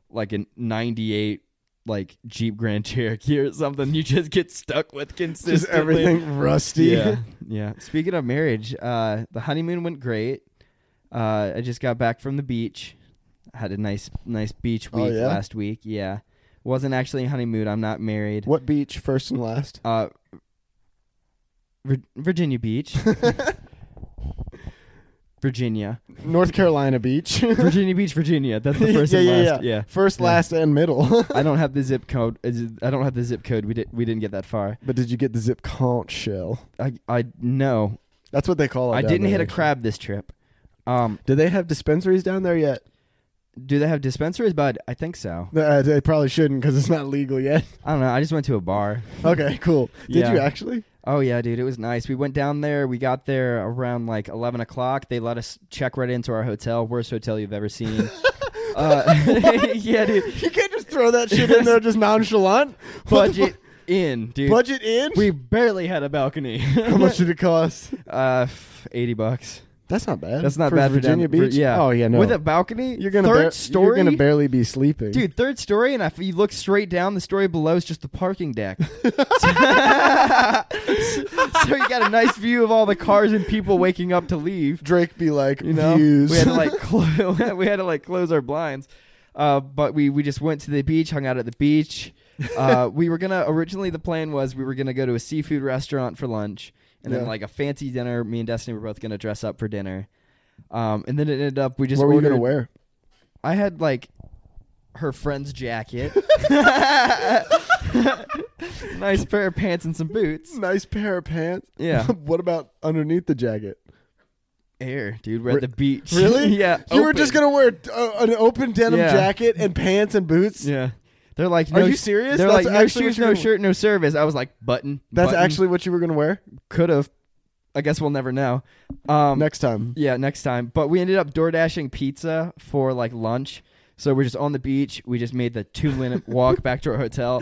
[SPEAKER 2] like a '98 like Jeep Grand Cherokee or something. You just get stuck with consistently.
[SPEAKER 1] Just everything rusty.
[SPEAKER 2] Yeah, yeah. Speaking of marriage, uh, the honeymoon went great. Uh, I just got back from the beach. Had a nice nice beach
[SPEAKER 1] Oh,
[SPEAKER 2] week
[SPEAKER 1] yeah?
[SPEAKER 2] last week. Yeah, wasn't actually a honeymoon. I'm not married.
[SPEAKER 1] What beach, first and last?
[SPEAKER 2] Uh, Vir- Virginia Beach. Virginia.
[SPEAKER 1] North Carolina Beach.
[SPEAKER 2] Virginia Beach, Virginia. That's the first
[SPEAKER 1] yeah,
[SPEAKER 2] and
[SPEAKER 1] yeah,
[SPEAKER 2] last.
[SPEAKER 1] yeah,
[SPEAKER 2] Yeah.
[SPEAKER 1] First,
[SPEAKER 2] Yeah.
[SPEAKER 1] last, and middle.
[SPEAKER 2] I don't have the zip code. Is it- I don't have the zip code. We did. We didn't get that far.
[SPEAKER 1] but did you get the zip conch shell?
[SPEAKER 2] I. I no.
[SPEAKER 1] That's what they call it.
[SPEAKER 2] I
[SPEAKER 1] down
[SPEAKER 2] didn't
[SPEAKER 1] there,
[SPEAKER 2] hit a
[SPEAKER 1] actually.
[SPEAKER 2] crab this trip. Um.
[SPEAKER 1] Do they have dispensaries down there yet?
[SPEAKER 2] Do they have dispensaries? Bud, I think so.
[SPEAKER 1] Uh, they probably shouldn't because it's not legal yet.
[SPEAKER 2] I don't know. I just went to a bar.
[SPEAKER 1] okay, cool. Did
[SPEAKER 2] Yeah.
[SPEAKER 1] you actually?
[SPEAKER 2] Oh yeah, dude, it was nice. We went down there. We got there around like eleven o'clock. They let us check right into our hotel. Worst hotel you've ever seen. uh, yeah, dude.
[SPEAKER 1] You can't just throw that shit in there just nonchalant. What the
[SPEAKER 2] Budget in,
[SPEAKER 1] fu-
[SPEAKER 2] dude.
[SPEAKER 1] budget in.
[SPEAKER 2] We barely had a balcony.
[SPEAKER 1] How much did it cost?
[SPEAKER 2] Uh, f- eighty bucks.
[SPEAKER 1] That's not bad.
[SPEAKER 2] That's not
[SPEAKER 1] For
[SPEAKER 2] bad
[SPEAKER 1] Virginia
[SPEAKER 2] for down, for-
[SPEAKER 1] Beach.
[SPEAKER 2] yeah.
[SPEAKER 1] Oh yeah, no.
[SPEAKER 2] With a balcony,
[SPEAKER 1] you're gonna
[SPEAKER 2] third
[SPEAKER 1] bar-
[SPEAKER 2] story.
[SPEAKER 1] You're gonna barely be sleeping,
[SPEAKER 2] Dude, third story, and if you look straight down, the story below is just the parking deck. so you got a nice view of all the cars and people waking up to leave.
[SPEAKER 1] Drake be like,
[SPEAKER 2] You know,
[SPEAKER 1] views.
[SPEAKER 2] we had to like clo- we had to like close our blinds. Uh, but we we just went to the beach, hung out at the beach. Uh, we were gonna originally the plan was we were gonna go to a seafood restaurant for lunch, and then
[SPEAKER 1] Yeah.
[SPEAKER 2] like a fancy dinner. Me and Destiny were both gonna dress up for dinner. Um, and then it ended up we just
[SPEAKER 1] what were you
[SPEAKER 2] ordered-
[SPEAKER 1] gonna wear?
[SPEAKER 2] I had like her friend's jacket, nice pair of pants and some boots.
[SPEAKER 1] Nice pair of pants.
[SPEAKER 2] Yeah,
[SPEAKER 1] what about underneath the jacket?
[SPEAKER 2] air, dude. We're
[SPEAKER 1] Re-
[SPEAKER 2] at the beach.
[SPEAKER 1] Really?
[SPEAKER 2] yeah.
[SPEAKER 1] You were just
[SPEAKER 2] open.
[SPEAKER 1] gonna wear uh, an open denim
[SPEAKER 2] Yeah.
[SPEAKER 1] jacket and pants and boots.
[SPEAKER 2] Yeah. They're like,
[SPEAKER 1] Are
[SPEAKER 2] no
[SPEAKER 1] you
[SPEAKER 2] sh-
[SPEAKER 1] serious?
[SPEAKER 2] They're
[SPEAKER 1] That's
[SPEAKER 2] like, no
[SPEAKER 1] actually what
[SPEAKER 2] shoes,
[SPEAKER 1] you're
[SPEAKER 2] no
[SPEAKER 1] gonna-
[SPEAKER 2] shirt, no service. I was like, button.
[SPEAKER 1] That's actually what you were gonna wear
[SPEAKER 2] could have. I guess we'll never know. Um,
[SPEAKER 1] next time.
[SPEAKER 2] yeah, next time. But we ended up door dashing pizza for like lunch. So we're just on the beach. We just made the two minute walk back to our hotel,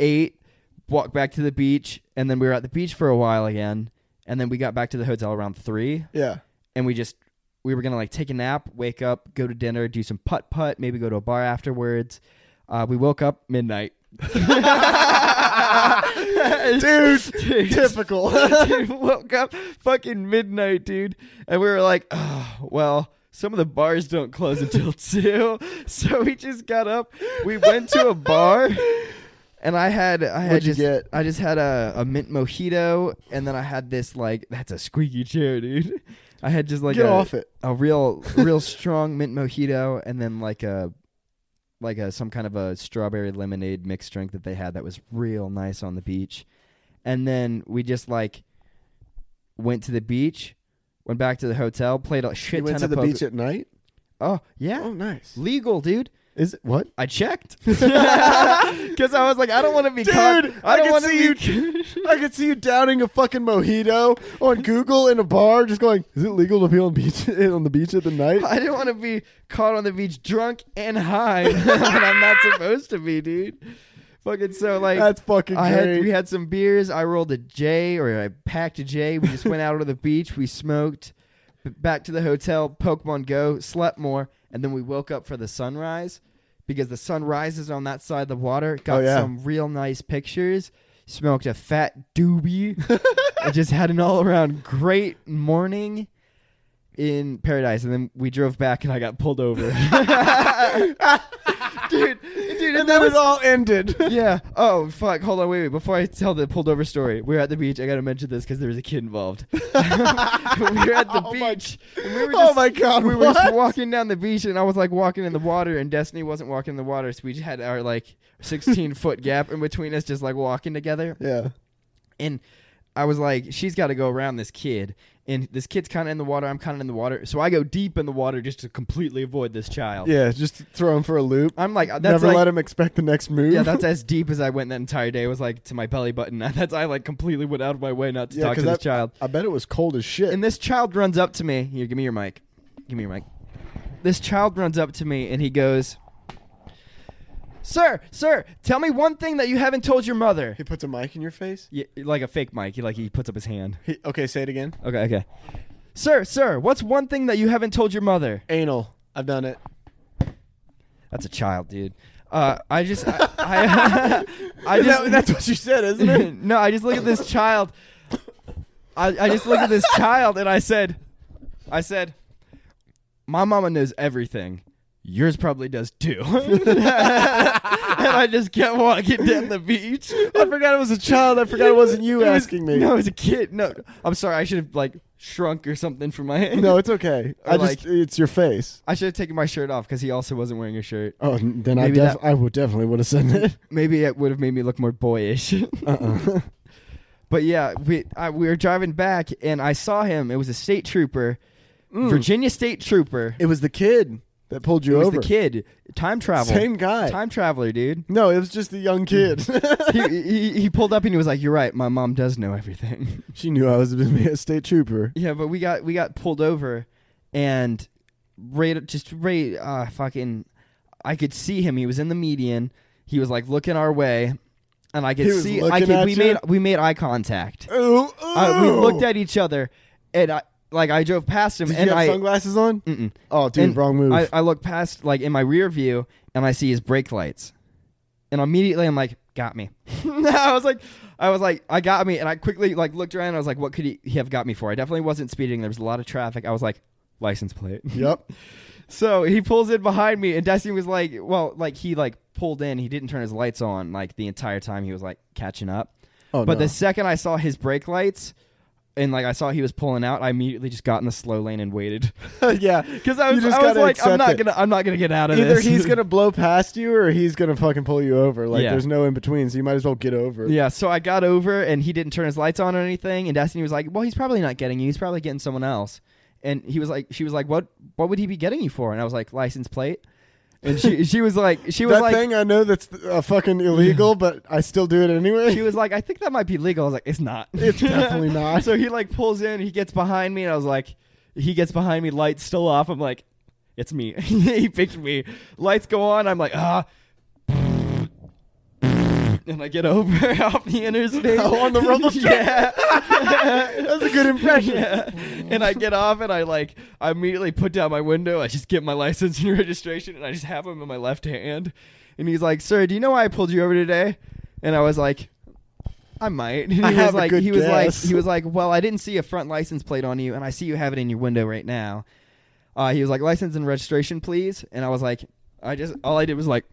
[SPEAKER 2] ate, walked back to the beach, and then we were at the beach for a while again. And then we got back to the hotel around three,
[SPEAKER 1] Yeah.
[SPEAKER 2] and we just we were gonna like take a nap, wake up, go to dinner, do some putt putt, maybe go to a bar afterwards. Uh, we woke up midnight.
[SPEAKER 1] Dude, typical.
[SPEAKER 2] dude, woke up fucking midnight, dude, and we were like, oh, well, some of the bars don't close until two, so we just got up. We went to a bar, and I had I had
[SPEAKER 1] What'd you
[SPEAKER 2] just
[SPEAKER 1] get?
[SPEAKER 2] I just had a, a mint mojito, and then I had this like that's a squeaky chair, dude. I had just like
[SPEAKER 1] Get
[SPEAKER 2] a,
[SPEAKER 1] off it.
[SPEAKER 2] a real real strong mint mojito, and then like a like a some kind of a strawberry lemonade mixed drink that they had that was real nice on the beach. And then we just like went to the beach, went back to the hotel, played a shit
[SPEAKER 1] You went
[SPEAKER 2] ton
[SPEAKER 1] to
[SPEAKER 2] of
[SPEAKER 1] the
[SPEAKER 2] poker.
[SPEAKER 1] beach at night.
[SPEAKER 2] oh yeah,
[SPEAKER 1] Oh, nice.
[SPEAKER 2] legal, dude.
[SPEAKER 1] Is it what?
[SPEAKER 2] I checked because I was like, I don't want to be caught.
[SPEAKER 1] Dude,
[SPEAKER 2] I
[SPEAKER 1] I
[SPEAKER 2] don't
[SPEAKER 1] can
[SPEAKER 2] want to
[SPEAKER 1] see
[SPEAKER 2] be.
[SPEAKER 1] I could see you downing a fucking mojito on Google in a bar, just going, "Is it legal to be on beach on the beach at the night?"
[SPEAKER 2] I didn't want to be caught on the beach drunk and high when I'm not supposed to be, dude. Fucking so like
[SPEAKER 1] That's fucking
[SPEAKER 2] I
[SPEAKER 1] great.
[SPEAKER 2] had we had some beers. I rolled a J or I packed a J. We just went out to the beach. We smoked. b- Back to the hotel, Pokemon Go, slept more, and then we woke up for the sunrise because the sun rises on that side of the water. Got
[SPEAKER 1] Oh, yeah.
[SPEAKER 2] some real nice pictures. Smoked a fat doobie. I just had an all around great morning in paradise, and then we drove back, and I got pulled over. dude, dude,
[SPEAKER 1] and then it all ended.
[SPEAKER 2] yeah. Oh fuck. Hold on. Wait. Wait. Before I tell the pulled over story, we were at the beach. I gotta mention this because there was a kid involved. we were at the
[SPEAKER 1] Oh my-
[SPEAKER 2] beach. and we were
[SPEAKER 1] oh
[SPEAKER 2] just-
[SPEAKER 1] my god,
[SPEAKER 2] We were just
[SPEAKER 1] what?
[SPEAKER 2] walking down the beach, and I was like walking in the water, and Destiny wasn't walking in the water, so we just had our like sixteen foot gap in between us, just like walking together.
[SPEAKER 1] Yeah.
[SPEAKER 2] And I was like, she's got to go around this kid, and this kid's kind of in the water. I'm kind of in the water, so I go deep in the water just to completely avoid this child.
[SPEAKER 1] Yeah, just throw him for a loop.
[SPEAKER 2] I'm like, that's
[SPEAKER 1] Never
[SPEAKER 2] like,
[SPEAKER 1] let him expect the next move.
[SPEAKER 2] yeah, that's as deep as I went that entire day. It was like to my belly button. That's I like completely went out of my way not to
[SPEAKER 1] Yeah,
[SPEAKER 2] talk to
[SPEAKER 1] 'cause
[SPEAKER 2] this
[SPEAKER 1] that-
[SPEAKER 2] child.
[SPEAKER 1] I bet it was cold as shit.
[SPEAKER 2] And this child runs up to me. Here, give me your mic. Give me your mic. This child runs up to me and he goes, "Sir, sir, tell me one thing that you haven't told your mother."
[SPEAKER 1] he puts a mic in your face.
[SPEAKER 2] Yeah, like a fake mic. He like he puts up his hand.
[SPEAKER 1] He, okay, say it again.
[SPEAKER 2] Okay, okay. Sir, sir, what's one thing that you haven't told your mother?
[SPEAKER 1] Anal. I've done it.
[SPEAKER 2] That's a child, dude. Uh, I just, I, I, I just.
[SPEAKER 1] That- that's what you said, isn't it?
[SPEAKER 2] no, I just look at this child. I, I just look at this child and I said, I said, my mama knows everything. Yours probably does too. and I just kept walking down the beach.
[SPEAKER 1] I forgot it was a child. I forgot it wasn't you
[SPEAKER 2] It was-
[SPEAKER 1] asking me.
[SPEAKER 2] No, it was a kid. No, I'm sorry. I should have like shrunk or something for my.
[SPEAKER 1] No, it's okay.
[SPEAKER 2] Or
[SPEAKER 1] I just
[SPEAKER 2] like-
[SPEAKER 1] it's your face.
[SPEAKER 2] I should have taken my shirt off because he also wasn't wearing a shirt.
[SPEAKER 1] Oh, n- then I
[SPEAKER 2] Maybe
[SPEAKER 1] def-
[SPEAKER 2] that-
[SPEAKER 1] I would definitely would have said it.
[SPEAKER 2] Maybe it would have made me look more boyish.
[SPEAKER 1] Uh-uh.
[SPEAKER 2] But yeah, we I, we were driving back and I saw him. It was a state trooper,
[SPEAKER 1] Mm.
[SPEAKER 2] Virginia state trooper.
[SPEAKER 1] It was the kid that pulled you
[SPEAKER 2] It was
[SPEAKER 1] over.
[SPEAKER 2] the kid, time travel,
[SPEAKER 1] Same guy.
[SPEAKER 2] time traveler, dude.
[SPEAKER 1] No, it was just the young kid.
[SPEAKER 2] he, he he pulled up and he was like, "You're right. My mom does know everything."
[SPEAKER 1] she knew I was gonna be a state trooper.
[SPEAKER 2] yeah, but we got we got pulled over, and right just right uh, fucking, I could see him. He was in the median. He was like looking our way, and I could
[SPEAKER 1] He was
[SPEAKER 2] see. I
[SPEAKER 1] looking
[SPEAKER 2] could.
[SPEAKER 1] at
[SPEAKER 2] we
[SPEAKER 1] you?
[SPEAKER 2] made we made eye contact.
[SPEAKER 1] Ooh,
[SPEAKER 2] I, we looked at each other, and I like I drove past him,
[SPEAKER 1] Oh. Did
[SPEAKER 2] and
[SPEAKER 1] you have
[SPEAKER 2] I Mm.
[SPEAKER 1] sunglasses on?
[SPEAKER 2] Mm-mm.
[SPEAKER 1] Oh, dude,
[SPEAKER 2] And
[SPEAKER 1] wrong move.
[SPEAKER 2] I, I look past like in my rear view, and I see his brake lights, and immediately I'm like, "Got me!" I was like, I was like, I got me, and I quickly like looked around. And I was like, "What could he, he have got me for?" I definitely wasn't speeding. There was a lot of traffic. I was like, "License plate."
[SPEAKER 1] yep.
[SPEAKER 2] so he pulls in behind me, and Dusty was like, "Well, like he like pulled in. He didn't turn his lights on like the entire time. He was like catching up."
[SPEAKER 1] Oh,
[SPEAKER 2] But
[SPEAKER 1] no.
[SPEAKER 2] the second I saw his brake lights, and like I saw he was pulling out, I immediately just got in the slow lane and waited.
[SPEAKER 1] yeah,
[SPEAKER 2] Because I was,
[SPEAKER 1] You just
[SPEAKER 2] I was
[SPEAKER 1] gotta
[SPEAKER 2] like, I'm
[SPEAKER 1] accept
[SPEAKER 2] not
[SPEAKER 1] it.
[SPEAKER 2] gonna, I'm not gonna get out of
[SPEAKER 1] either
[SPEAKER 2] this.
[SPEAKER 1] he's gonna blow past you or he's gonna fucking pull you over. Like
[SPEAKER 2] Yeah.
[SPEAKER 1] there's no in between, so you might as well get over.
[SPEAKER 2] yeah. So I got over, and he didn't turn his lights on or anything. And Destiny was like, "Well, he's probably not getting you. He's probably getting someone else." And he was like, "She was like, what? What would he be getting you for?" And I was like, "License plate." And she, she was like, she was
[SPEAKER 1] that
[SPEAKER 2] like,
[SPEAKER 1] thing I know that's uh, fucking illegal, but I still do it anyway.
[SPEAKER 2] she was like, I think that might be legal. I was like, it's not.
[SPEAKER 1] It's definitely not.
[SPEAKER 2] so he like pulls in, he gets behind me, and I was like, he gets behind me, lights still off. I'm like, it's me. he picked me. Lights go on. I'm like, ah. And I get over off the interstate
[SPEAKER 1] Oh, on the rumble strip.
[SPEAKER 2] yeah,
[SPEAKER 1] That's a good impression.
[SPEAKER 2] yeah. And I get off, and I like, I immediately put down my window. I just get my license and registration, and I just have him in my left hand. And he's like, "Sir, do you know why I pulled you over today?" And I was like, I might. And he
[SPEAKER 1] I
[SPEAKER 2] was
[SPEAKER 1] have a
[SPEAKER 2] like,
[SPEAKER 1] good
[SPEAKER 2] he was like,
[SPEAKER 1] guess.
[SPEAKER 2] he was like, well, I didn't see a front license plate on you, and I see you have it in your window right now. Uh, he was like, license and registration, please. And I was like, I just all I did was like,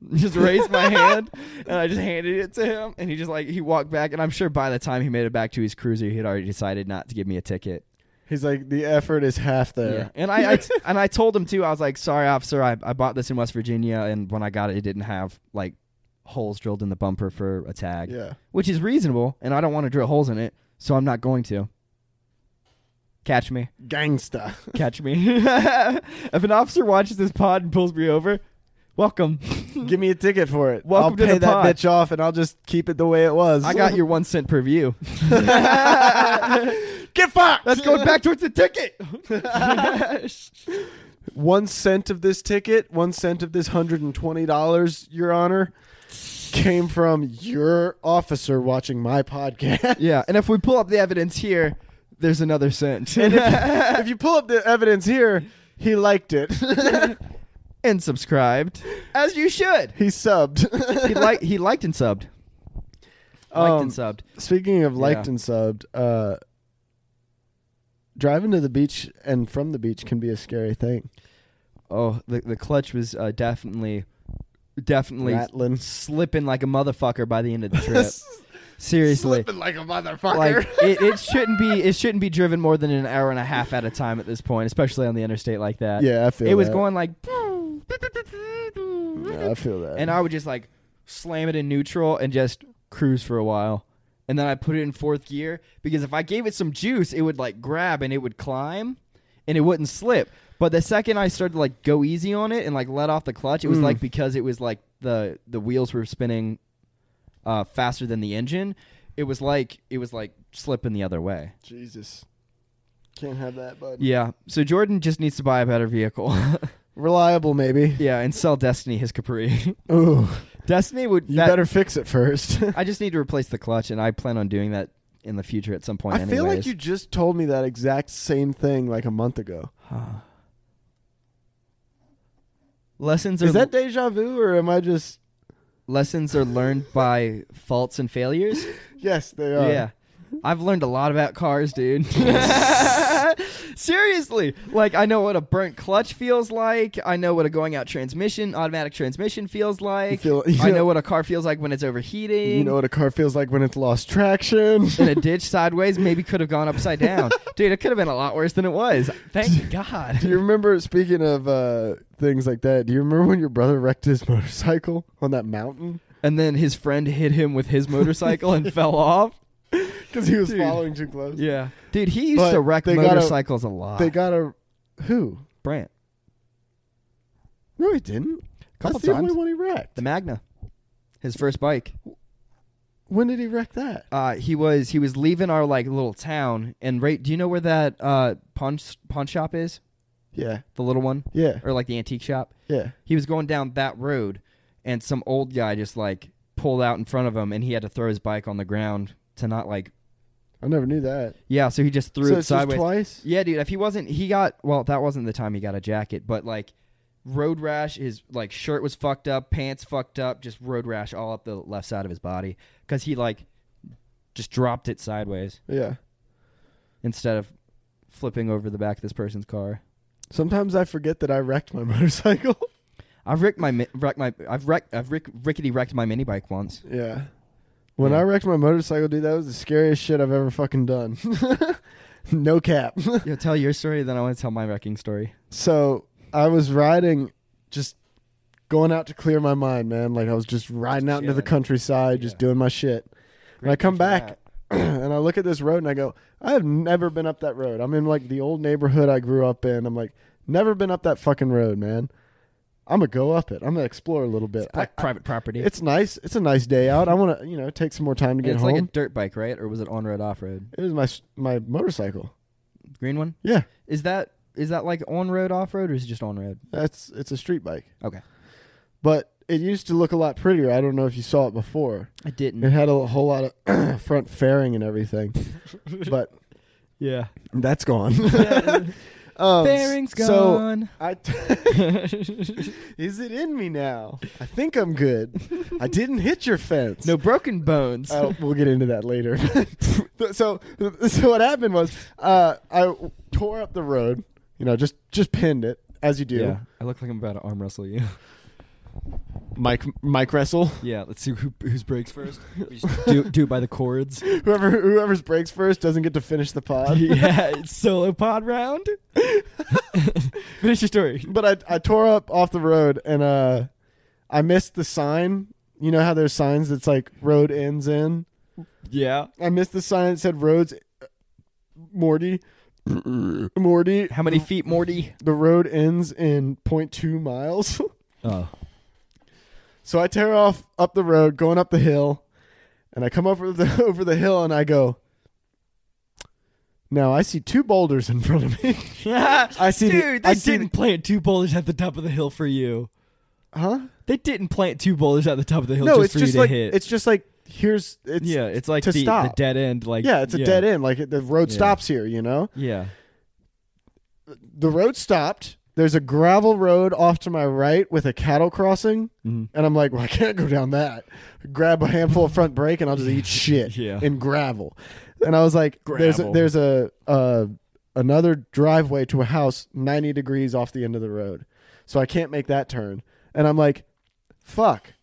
[SPEAKER 2] just raise my hand, and I just handed it to him, and he just like he walked back, and I'm sure by the time he made it back to his cruiser, he had already decided not to give me a ticket.
[SPEAKER 1] He's like, the effort is half
[SPEAKER 2] Yeah.
[SPEAKER 1] there.
[SPEAKER 2] And I, I and I told him too. I was like, "Sorry, officer, I, I bought this in West Virginia, and when I got it, it didn't have like holes drilled in the bumper for a tag,
[SPEAKER 1] Yeah.
[SPEAKER 2] which is reasonable. And I don't want to drill holes in it, so I'm not going to. Catch me,
[SPEAKER 1] Gangsta.
[SPEAKER 2] catch me. if an officer watches this pod and pulls me over, welcome.
[SPEAKER 1] Give me a ticket for it.
[SPEAKER 2] Welcome
[SPEAKER 1] I'll
[SPEAKER 2] to
[SPEAKER 1] pay
[SPEAKER 2] the
[SPEAKER 1] that
[SPEAKER 2] pod.
[SPEAKER 1] bitch off and I'll just keep it the way it was.
[SPEAKER 2] I got your one cent per view.
[SPEAKER 1] Get fucked.
[SPEAKER 2] That's going back towards the ticket.
[SPEAKER 1] One cent of this ticket, one cent of this hundred and twenty dollars, Your Honor, came from your officer watching my podcast.
[SPEAKER 2] yeah, and if we pull up the evidence here, there's another cent.
[SPEAKER 1] And if, if you pull up the evidence here, he liked it.
[SPEAKER 2] and subscribed, as you should.
[SPEAKER 1] he subbed.
[SPEAKER 2] He liked, he liked and subbed. Liked
[SPEAKER 1] Um,
[SPEAKER 2] and subbed.
[SPEAKER 1] Speaking of liked
[SPEAKER 2] Yeah.
[SPEAKER 1] and subbed, uh, driving to the beach and from the beach can be a scary thing.
[SPEAKER 2] Oh, the the clutch was uh, definitely, definitely
[SPEAKER 1] Rattling.
[SPEAKER 2] slipping like a motherfucker by the end of the trip. Seriously,
[SPEAKER 1] like a motherfucker.
[SPEAKER 2] like it, it shouldn't be it shouldn't be driven more than an hour and a half at a time at this point, especially on the interstate like that.
[SPEAKER 1] yeah, I feel
[SPEAKER 2] it was
[SPEAKER 1] that.
[SPEAKER 2] going like,
[SPEAKER 1] Yeah, I feel that.
[SPEAKER 2] and I would just like slam it in neutral and just cruise for a while, and then I put it in fourth gear because if I gave it some juice, it would like grab and it would climb, and it wouldn't slip. But the second I started to like go easy on it and like let off the clutch, it was
[SPEAKER 1] Mm.
[SPEAKER 2] like because it was like the the wheels were spinning uh, faster than the engine. It was like it was like slipping the other way.
[SPEAKER 1] Jesus. Can't have that, bud.
[SPEAKER 2] Yeah. So Jordan just needs to buy a better vehicle.
[SPEAKER 1] Reliable, maybe.
[SPEAKER 2] yeah, and sell Destiny his Capri.
[SPEAKER 1] Ooh.
[SPEAKER 2] Destiny would.
[SPEAKER 1] You
[SPEAKER 2] that-
[SPEAKER 1] better fix it first.
[SPEAKER 2] I just need to replace the clutch, and I plan on doing that in the future at some point.
[SPEAKER 1] I feel like
[SPEAKER 2] anyways.
[SPEAKER 1] you just told me that exact same thing like a month ago.
[SPEAKER 2] lessons are
[SPEAKER 1] Is that deja vu or am I just.
[SPEAKER 2] lessons are learned by faults and failures.
[SPEAKER 1] Yes, they are.
[SPEAKER 2] Yeah. I've learned a lot about cars, dude. Seriously. Like I know what a burnt clutch feels like. I know what a going out transmission, automatic transmission feels
[SPEAKER 1] You,
[SPEAKER 2] like.
[SPEAKER 1] feel, you
[SPEAKER 2] I know what a car feels like when it's overheating.
[SPEAKER 1] you know what a car feels like when it's lost traction.
[SPEAKER 2] in a ditch sideways, maybe could have gone upside down. Dude, it could have been a lot worse than it was. Thank
[SPEAKER 1] do
[SPEAKER 2] God.
[SPEAKER 1] you remember, speaking of uh, things like that, do you remember when your brother wrecked his motorcycle on that mountain?
[SPEAKER 2] And then his friend hit him with his motorcycle and fell off.
[SPEAKER 1] Because he was
[SPEAKER 2] Dude.
[SPEAKER 1] following too close.
[SPEAKER 2] Yeah. Dude, he used
[SPEAKER 1] But
[SPEAKER 2] to wreck
[SPEAKER 1] they gotta-
[SPEAKER 2] motorcycles a lot.
[SPEAKER 1] They got a. Who?
[SPEAKER 2] Brant.
[SPEAKER 1] No, he didn't.
[SPEAKER 2] Couple
[SPEAKER 1] That's the
[SPEAKER 2] times.
[SPEAKER 1] only one he wrecked.
[SPEAKER 2] The Magna. His first bike.
[SPEAKER 1] When did he wreck that?
[SPEAKER 2] uh, he was he was leaving our like little town and right do you know where that uh pawn s- pawn shop is
[SPEAKER 1] Yeah,
[SPEAKER 2] the little one
[SPEAKER 1] yeah,
[SPEAKER 2] or like the antique shop
[SPEAKER 1] yeah.
[SPEAKER 2] he was going down that road and some old guy just like pulled out in front of him and he had to throw his bike on the ground to not like
[SPEAKER 1] I never knew that.
[SPEAKER 2] yeah so he just threw
[SPEAKER 1] so
[SPEAKER 2] it
[SPEAKER 1] it's just
[SPEAKER 2] sideways
[SPEAKER 1] twice.
[SPEAKER 2] yeah dude if he wasn't he got well that wasn't the time he got a jacket but like road rash his like shirt was fucked up pants fucked up just road rash all up the left side of his body because he like just dropped it sideways
[SPEAKER 1] Yeah.
[SPEAKER 2] instead of flipping over the back of this person's car.
[SPEAKER 1] Sometimes I forget that I wrecked my motorcycle.
[SPEAKER 2] I've wrecked my mi- wrecked my I've wrecked I've rick, rickety wrecked my mini bike once.
[SPEAKER 1] yeah. When
[SPEAKER 2] Yeah.
[SPEAKER 1] I wrecked my motorcycle, dude, that was the scariest shit I've ever fucking done. no cap.
[SPEAKER 2] Yo, tell your story, then I want to tell my wrecking story.
[SPEAKER 1] so I was riding, just going out to clear my mind, man. Like I was just riding out into the
[SPEAKER 2] Chilling.
[SPEAKER 1] countryside, just
[SPEAKER 2] Yeah.
[SPEAKER 1] doing my shit. When I come back, and I look at this road and I go, I have never been up that road. I'm in like the old neighborhood I grew up in. I'm like, never been up that fucking road, man. I'm gonna go up it. I'm gonna explore a little bit.
[SPEAKER 2] it's like
[SPEAKER 1] I- I-
[SPEAKER 2] private property.
[SPEAKER 1] it's nice. It's a nice day out. I want to, you know, take some more time to
[SPEAKER 2] And
[SPEAKER 1] get
[SPEAKER 2] it's
[SPEAKER 1] home.
[SPEAKER 2] like a dirt bike, right? Or was it on road off road?
[SPEAKER 1] it was my s- my motorcycle.
[SPEAKER 2] Green one?
[SPEAKER 1] Yeah,
[SPEAKER 2] Is that is that like on road off road or is it just on road?
[SPEAKER 1] that's it's a street bike.
[SPEAKER 2] Okay.
[SPEAKER 1] But it used to look a lot prettier. I don't know if you saw it before.
[SPEAKER 2] I didn't.
[SPEAKER 1] It had a whole lot of front fairing and everything, but
[SPEAKER 2] Yeah.
[SPEAKER 1] that's gone. um,
[SPEAKER 2] Bearings
[SPEAKER 1] So
[SPEAKER 2] gone.
[SPEAKER 1] I. T- Is it in me now? I think I'm good. I didn't hit your fence.
[SPEAKER 2] no broken bones.
[SPEAKER 1] Uh, we'll get into that later. so, so what happened was, uh, I tore up the road. You know, just just pinned it as you do.
[SPEAKER 2] yeah. I look like I'm about to arm wrestle you.
[SPEAKER 1] Mike Mike wrestle.
[SPEAKER 2] Yeah, let's see who, whose breaks first. We just do, do it by the cords.
[SPEAKER 1] Whoever whoever's breaks first doesn't get to finish the pod.
[SPEAKER 2] yeah, it's solo pod round. Finish your story.
[SPEAKER 1] But I I tore up off the road and uh, I missed the sign. You know how there's signs that's like road ends in.
[SPEAKER 2] Yeah.
[SPEAKER 1] I missed the sign that said roads. Morty, Morty.
[SPEAKER 2] How many feet, Morty?
[SPEAKER 1] The road ends in 0.2 miles.
[SPEAKER 2] Oh.
[SPEAKER 1] So I tear off up the road, going up the hill, and I come over the over the hill, and I go. Now I see two boulders in front of me. I see the-
[SPEAKER 3] Dude,
[SPEAKER 1] I
[SPEAKER 3] they
[SPEAKER 1] see the-
[SPEAKER 3] didn't plant two boulders at the top of the hill for you.
[SPEAKER 1] huh?
[SPEAKER 3] They didn't plant two boulders at the top of the hill
[SPEAKER 1] no,
[SPEAKER 3] just
[SPEAKER 1] it's
[SPEAKER 3] for you
[SPEAKER 1] just
[SPEAKER 3] to
[SPEAKER 1] like
[SPEAKER 3] hit.
[SPEAKER 1] it's just like here's it's
[SPEAKER 3] yeah, it's like
[SPEAKER 1] to
[SPEAKER 3] the, the
[SPEAKER 1] stop.
[SPEAKER 3] dead end. Like
[SPEAKER 1] yeah, it's a dead end. Like it, the road
[SPEAKER 3] Yeah.
[SPEAKER 1] stops here, you know.
[SPEAKER 3] Yeah,
[SPEAKER 1] The road stopped. There's a gravel road off to my right with a cattle crossing,
[SPEAKER 3] Mhm.
[SPEAKER 1] and I'm like, well, I can't go down that. Grab a handful of front brake, and I'll just eat shit.
[SPEAKER 3] yeah.
[SPEAKER 1] in gravel. And I was like, there's a,
[SPEAKER 3] Gravel.
[SPEAKER 1] there's a uh, another driveway to a house 90 degrees off the end of the road. So I can't make that turn. And I'm like, fuck.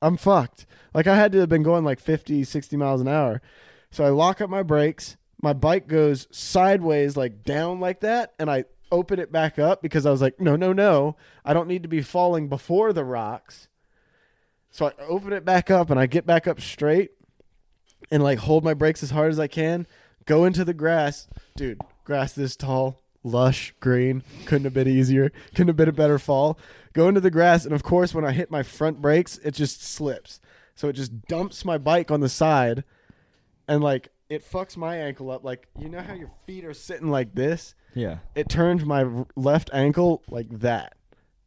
[SPEAKER 1] I'm fucked. Like I had to have been going like 50, 60 miles an hour. So I lock up my brakes. My bike goes sideways like down like that and I open it back up because I was like, no, no, no. I don't need to be falling before the rocks. So I open it back up and I get back up straight and like hold my brakes as hard as I can, go into the grass. Dude, grass this tall, lush, green. Couldn't have been easier. Couldn't have been a better fall. Go into the grass, and of course, when I hit my front brakes, it just slips. So it just dumps my bike on the side, and like it fucks my ankle up. Like, you know how your feet are sitting like this?
[SPEAKER 3] Yeah.
[SPEAKER 1] It turned my r- left ankle like that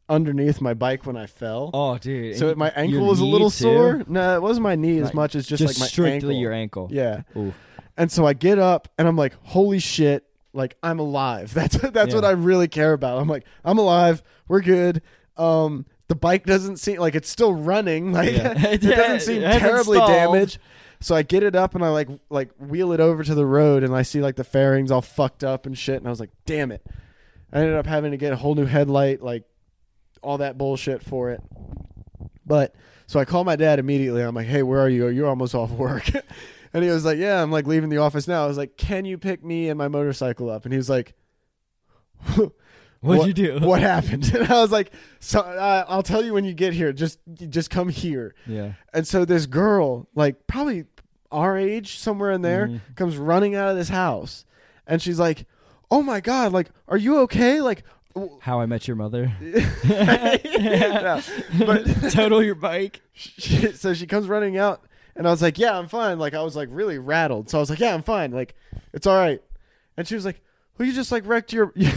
[SPEAKER 1] underneath my bike when I fell.
[SPEAKER 3] Oh, dude.
[SPEAKER 1] So
[SPEAKER 3] and
[SPEAKER 1] my
[SPEAKER 3] your
[SPEAKER 1] ankle was a
[SPEAKER 3] knee,
[SPEAKER 1] little
[SPEAKER 3] too?
[SPEAKER 1] sore. No, it wasn't my knee as
[SPEAKER 3] Like,
[SPEAKER 1] much as just,
[SPEAKER 3] Just,
[SPEAKER 1] like my
[SPEAKER 3] strictly
[SPEAKER 1] ankle.
[SPEAKER 3] your ankle.
[SPEAKER 1] Yeah.
[SPEAKER 3] Ooh.
[SPEAKER 1] And so I get up and I'm like, holy shit, like I'm alive. That's that's what
[SPEAKER 3] Yeah.
[SPEAKER 1] I really care about. I'm like, I'm alive. We're good. Um the bike doesn't seem like it's still running. Like
[SPEAKER 3] Yeah.
[SPEAKER 1] it
[SPEAKER 3] Yeah,
[SPEAKER 1] doesn't seem
[SPEAKER 3] it hasn't
[SPEAKER 1] terribly
[SPEAKER 3] stalled.
[SPEAKER 1] damaged. So I get it up and I like like wheel it over to the road and I see like the fairings all fucked up and shit and I was like, damn it. I ended up having to get a whole new headlight, like all that bullshit for it. But so I call my dad immediately. I'm like, "Hey, where are you? You're almost off work." and he was like, "Yeah, I'm like leaving the office now." I was like, "Can you pick me and my motorcycle up?" And he was like,
[SPEAKER 3] What'd you do?
[SPEAKER 1] What happened?" And I was like, "So uh, I'll tell you when you get here. Just just come here."
[SPEAKER 3] Yeah.
[SPEAKER 1] And so this girl, like probably our age, somewhere in there,
[SPEAKER 3] Mhm.
[SPEAKER 1] comes running out of this house, and she's like, "Oh my god! Like, are you okay? Like, w-
[SPEAKER 3] How I Met Your Mother.
[SPEAKER 1] No, but-
[SPEAKER 3] total your bike.
[SPEAKER 1] she, so she comes running out and i was like yeah i'm fine like i was like really rattled so i was like yeah i'm fine like it's all right and she was like well you just like wrecked your you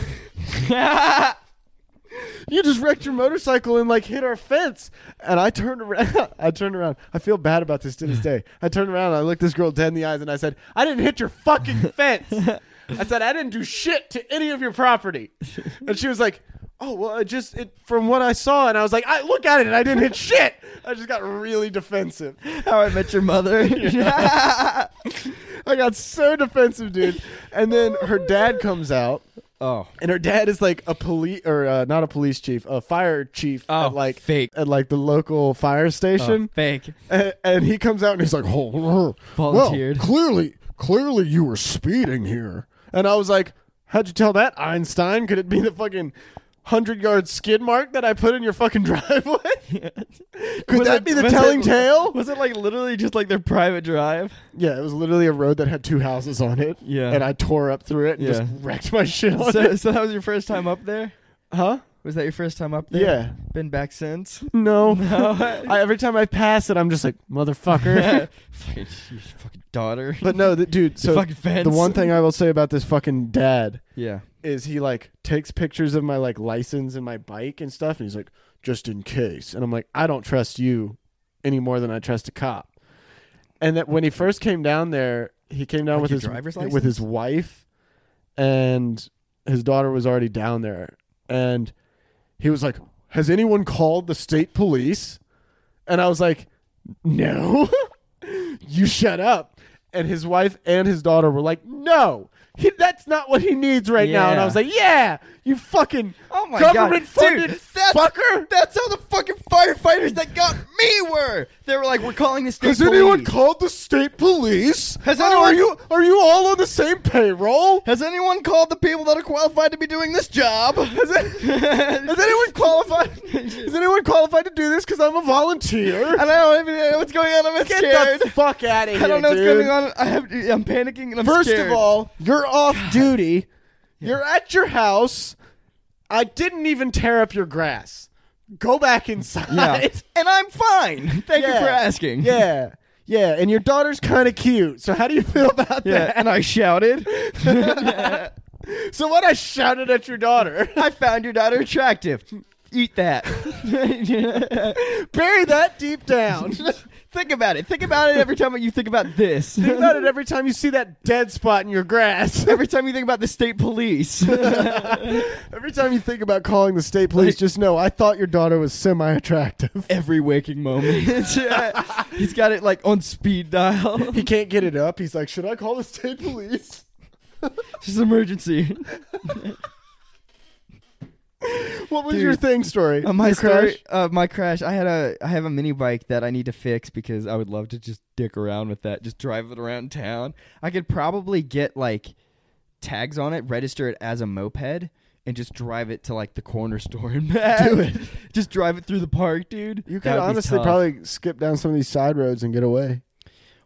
[SPEAKER 1] just wrecked your motorcycle and like hit our fence and i turned around i turned around i feel bad about this to this day i turned around and i looked this girl dead in the eyes and i said i didn't hit your fucking fence i said i didn't do shit to any of your property and she was like oh well i just it from what i saw and i was like i look at it and i didn't hit shit i just got really defensive
[SPEAKER 2] How I Met Your Mother.
[SPEAKER 1] i got so defensive dude and then her dad comes out
[SPEAKER 2] oh,
[SPEAKER 1] and her dad is like a police or uh, not a police chief, a fire chief
[SPEAKER 2] Oh,
[SPEAKER 1] at like
[SPEAKER 2] fake.
[SPEAKER 1] at like the local fire station.
[SPEAKER 2] fake.
[SPEAKER 1] and, and he comes out and he's like, "Oh,
[SPEAKER 3] Oh. Volunteered.
[SPEAKER 1] Well, clearly, clearly you were speeding here." And I was like, "How'd you tell that, Einstein? Could it be the fucking hundred yard skid mark that I put in your fucking driveway? Could
[SPEAKER 3] Was
[SPEAKER 1] that
[SPEAKER 3] it-
[SPEAKER 1] be the
[SPEAKER 3] was
[SPEAKER 1] telling
[SPEAKER 3] it-
[SPEAKER 1] tale?"
[SPEAKER 3] Was it like literally just like their private drive?
[SPEAKER 1] Yeah, it was literally a road that had two houses on it.
[SPEAKER 3] Yeah.
[SPEAKER 1] and I tore up through it and just
[SPEAKER 3] Yeah.
[SPEAKER 1] wrecked my shit on
[SPEAKER 3] So,
[SPEAKER 1] it.
[SPEAKER 3] so that was your first time up there?
[SPEAKER 1] Huh?
[SPEAKER 3] Was that your first time up there?
[SPEAKER 1] Yeah.
[SPEAKER 3] Been back since?
[SPEAKER 1] No.
[SPEAKER 3] No.
[SPEAKER 1] I, every time I pass it, I'm just like, motherfucker.
[SPEAKER 3] fucking, you fucking daughter.
[SPEAKER 1] but no, the, dude, so
[SPEAKER 3] fucking fence.
[SPEAKER 1] the one thing I will say about this fucking dad
[SPEAKER 3] Yeah.
[SPEAKER 1] is he like takes pictures of my like license and my bike and stuff, and he's like, just in case. And I'm like, I don't trust you any more than I trust a cop. And that when he first came down there, he came down
[SPEAKER 3] Like
[SPEAKER 1] with
[SPEAKER 3] your
[SPEAKER 1] his
[SPEAKER 3] driver's
[SPEAKER 1] with his wife, and his daughter was already down there, and he was like, "Has anyone called the state police?" And I was like, "No, you shut up." And his wife and his daughter were like, "No, he, that's not what he needs right now." And I
[SPEAKER 3] Yeah.
[SPEAKER 1] was like, "Yeah, you fucking
[SPEAKER 2] Oh my God.
[SPEAKER 1] government funded
[SPEAKER 2] Dude, that's-
[SPEAKER 1] fucker."
[SPEAKER 2] That's how the fucking firefighters that got me were. They were like, "We're calling the state
[SPEAKER 1] Has anyone
[SPEAKER 2] police."
[SPEAKER 1] called the state police?
[SPEAKER 2] Has
[SPEAKER 1] Oh,
[SPEAKER 2] anyone-
[SPEAKER 1] Are you are you all on the same payroll?
[SPEAKER 2] Has anyone called the people that are qualified to be doing this job?
[SPEAKER 1] Has, it, has anyone qualified? Is anyone qualified to do this? Because I'm a volunteer.
[SPEAKER 2] And I don't even know uh, what's going on. I'm
[SPEAKER 1] Get
[SPEAKER 2] scared.
[SPEAKER 1] the fuck out of here!
[SPEAKER 2] I don't know what's
[SPEAKER 1] dude.
[SPEAKER 2] going on. I have, I'm panicking and I'm
[SPEAKER 1] First
[SPEAKER 2] scared.
[SPEAKER 1] of all, you're off duty. You're at your house. I didn't even tear up your grass. Go back
[SPEAKER 2] yeah.
[SPEAKER 1] inside.
[SPEAKER 2] and I'm fine. Thank you
[SPEAKER 1] Yeah.
[SPEAKER 2] for asking.
[SPEAKER 1] yeah. Yeah, and your daughter's kind of cute. So how do you feel about
[SPEAKER 2] Yeah,
[SPEAKER 1] that?
[SPEAKER 2] and I shouted.
[SPEAKER 1] So what? I shouted at your daughter.
[SPEAKER 2] I found your daughter attractive. Eat that.
[SPEAKER 1] Bury that deep down.
[SPEAKER 2] think about it. Think about it every time you think about this.
[SPEAKER 1] Think about it every time you see that dead spot in your grass.
[SPEAKER 2] Every time you think about the state police.
[SPEAKER 1] every time you think about calling the state police, just know I thought your daughter was semi-attractive.
[SPEAKER 3] Every waking moment.
[SPEAKER 2] Yeah. He's got it like on speed dial.
[SPEAKER 1] He can't get it up. He's like, should I call the state police?
[SPEAKER 2] It's just emergency.
[SPEAKER 1] What was
[SPEAKER 2] Dude.
[SPEAKER 1] your thing story?
[SPEAKER 2] Uh, my
[SPEAKER 1] Your
[SPEAKER 2] story,
[SPEAKER 1] crash?
[SPEAKER 2] uh, my crash. I had a, I have a mini bike that I need to fix because I would love to just dick around with that, just drive it around town. I could probably get like tags on it, register it as a moped, and just drive it to like the corner store and back.
[SPEAKER 1] Do it.
[SPEAKER 2] just drive it through the park, dude.
[SPEAKER 1] You
[SPEAKER 2] That
[SPEAKER 1] could
[SPEAKER 2] would be
[SPEAKER 1] honestly
[SPEAKER 2] tough.
[SPEAKER 1] probably skip down some of these side roads and get away.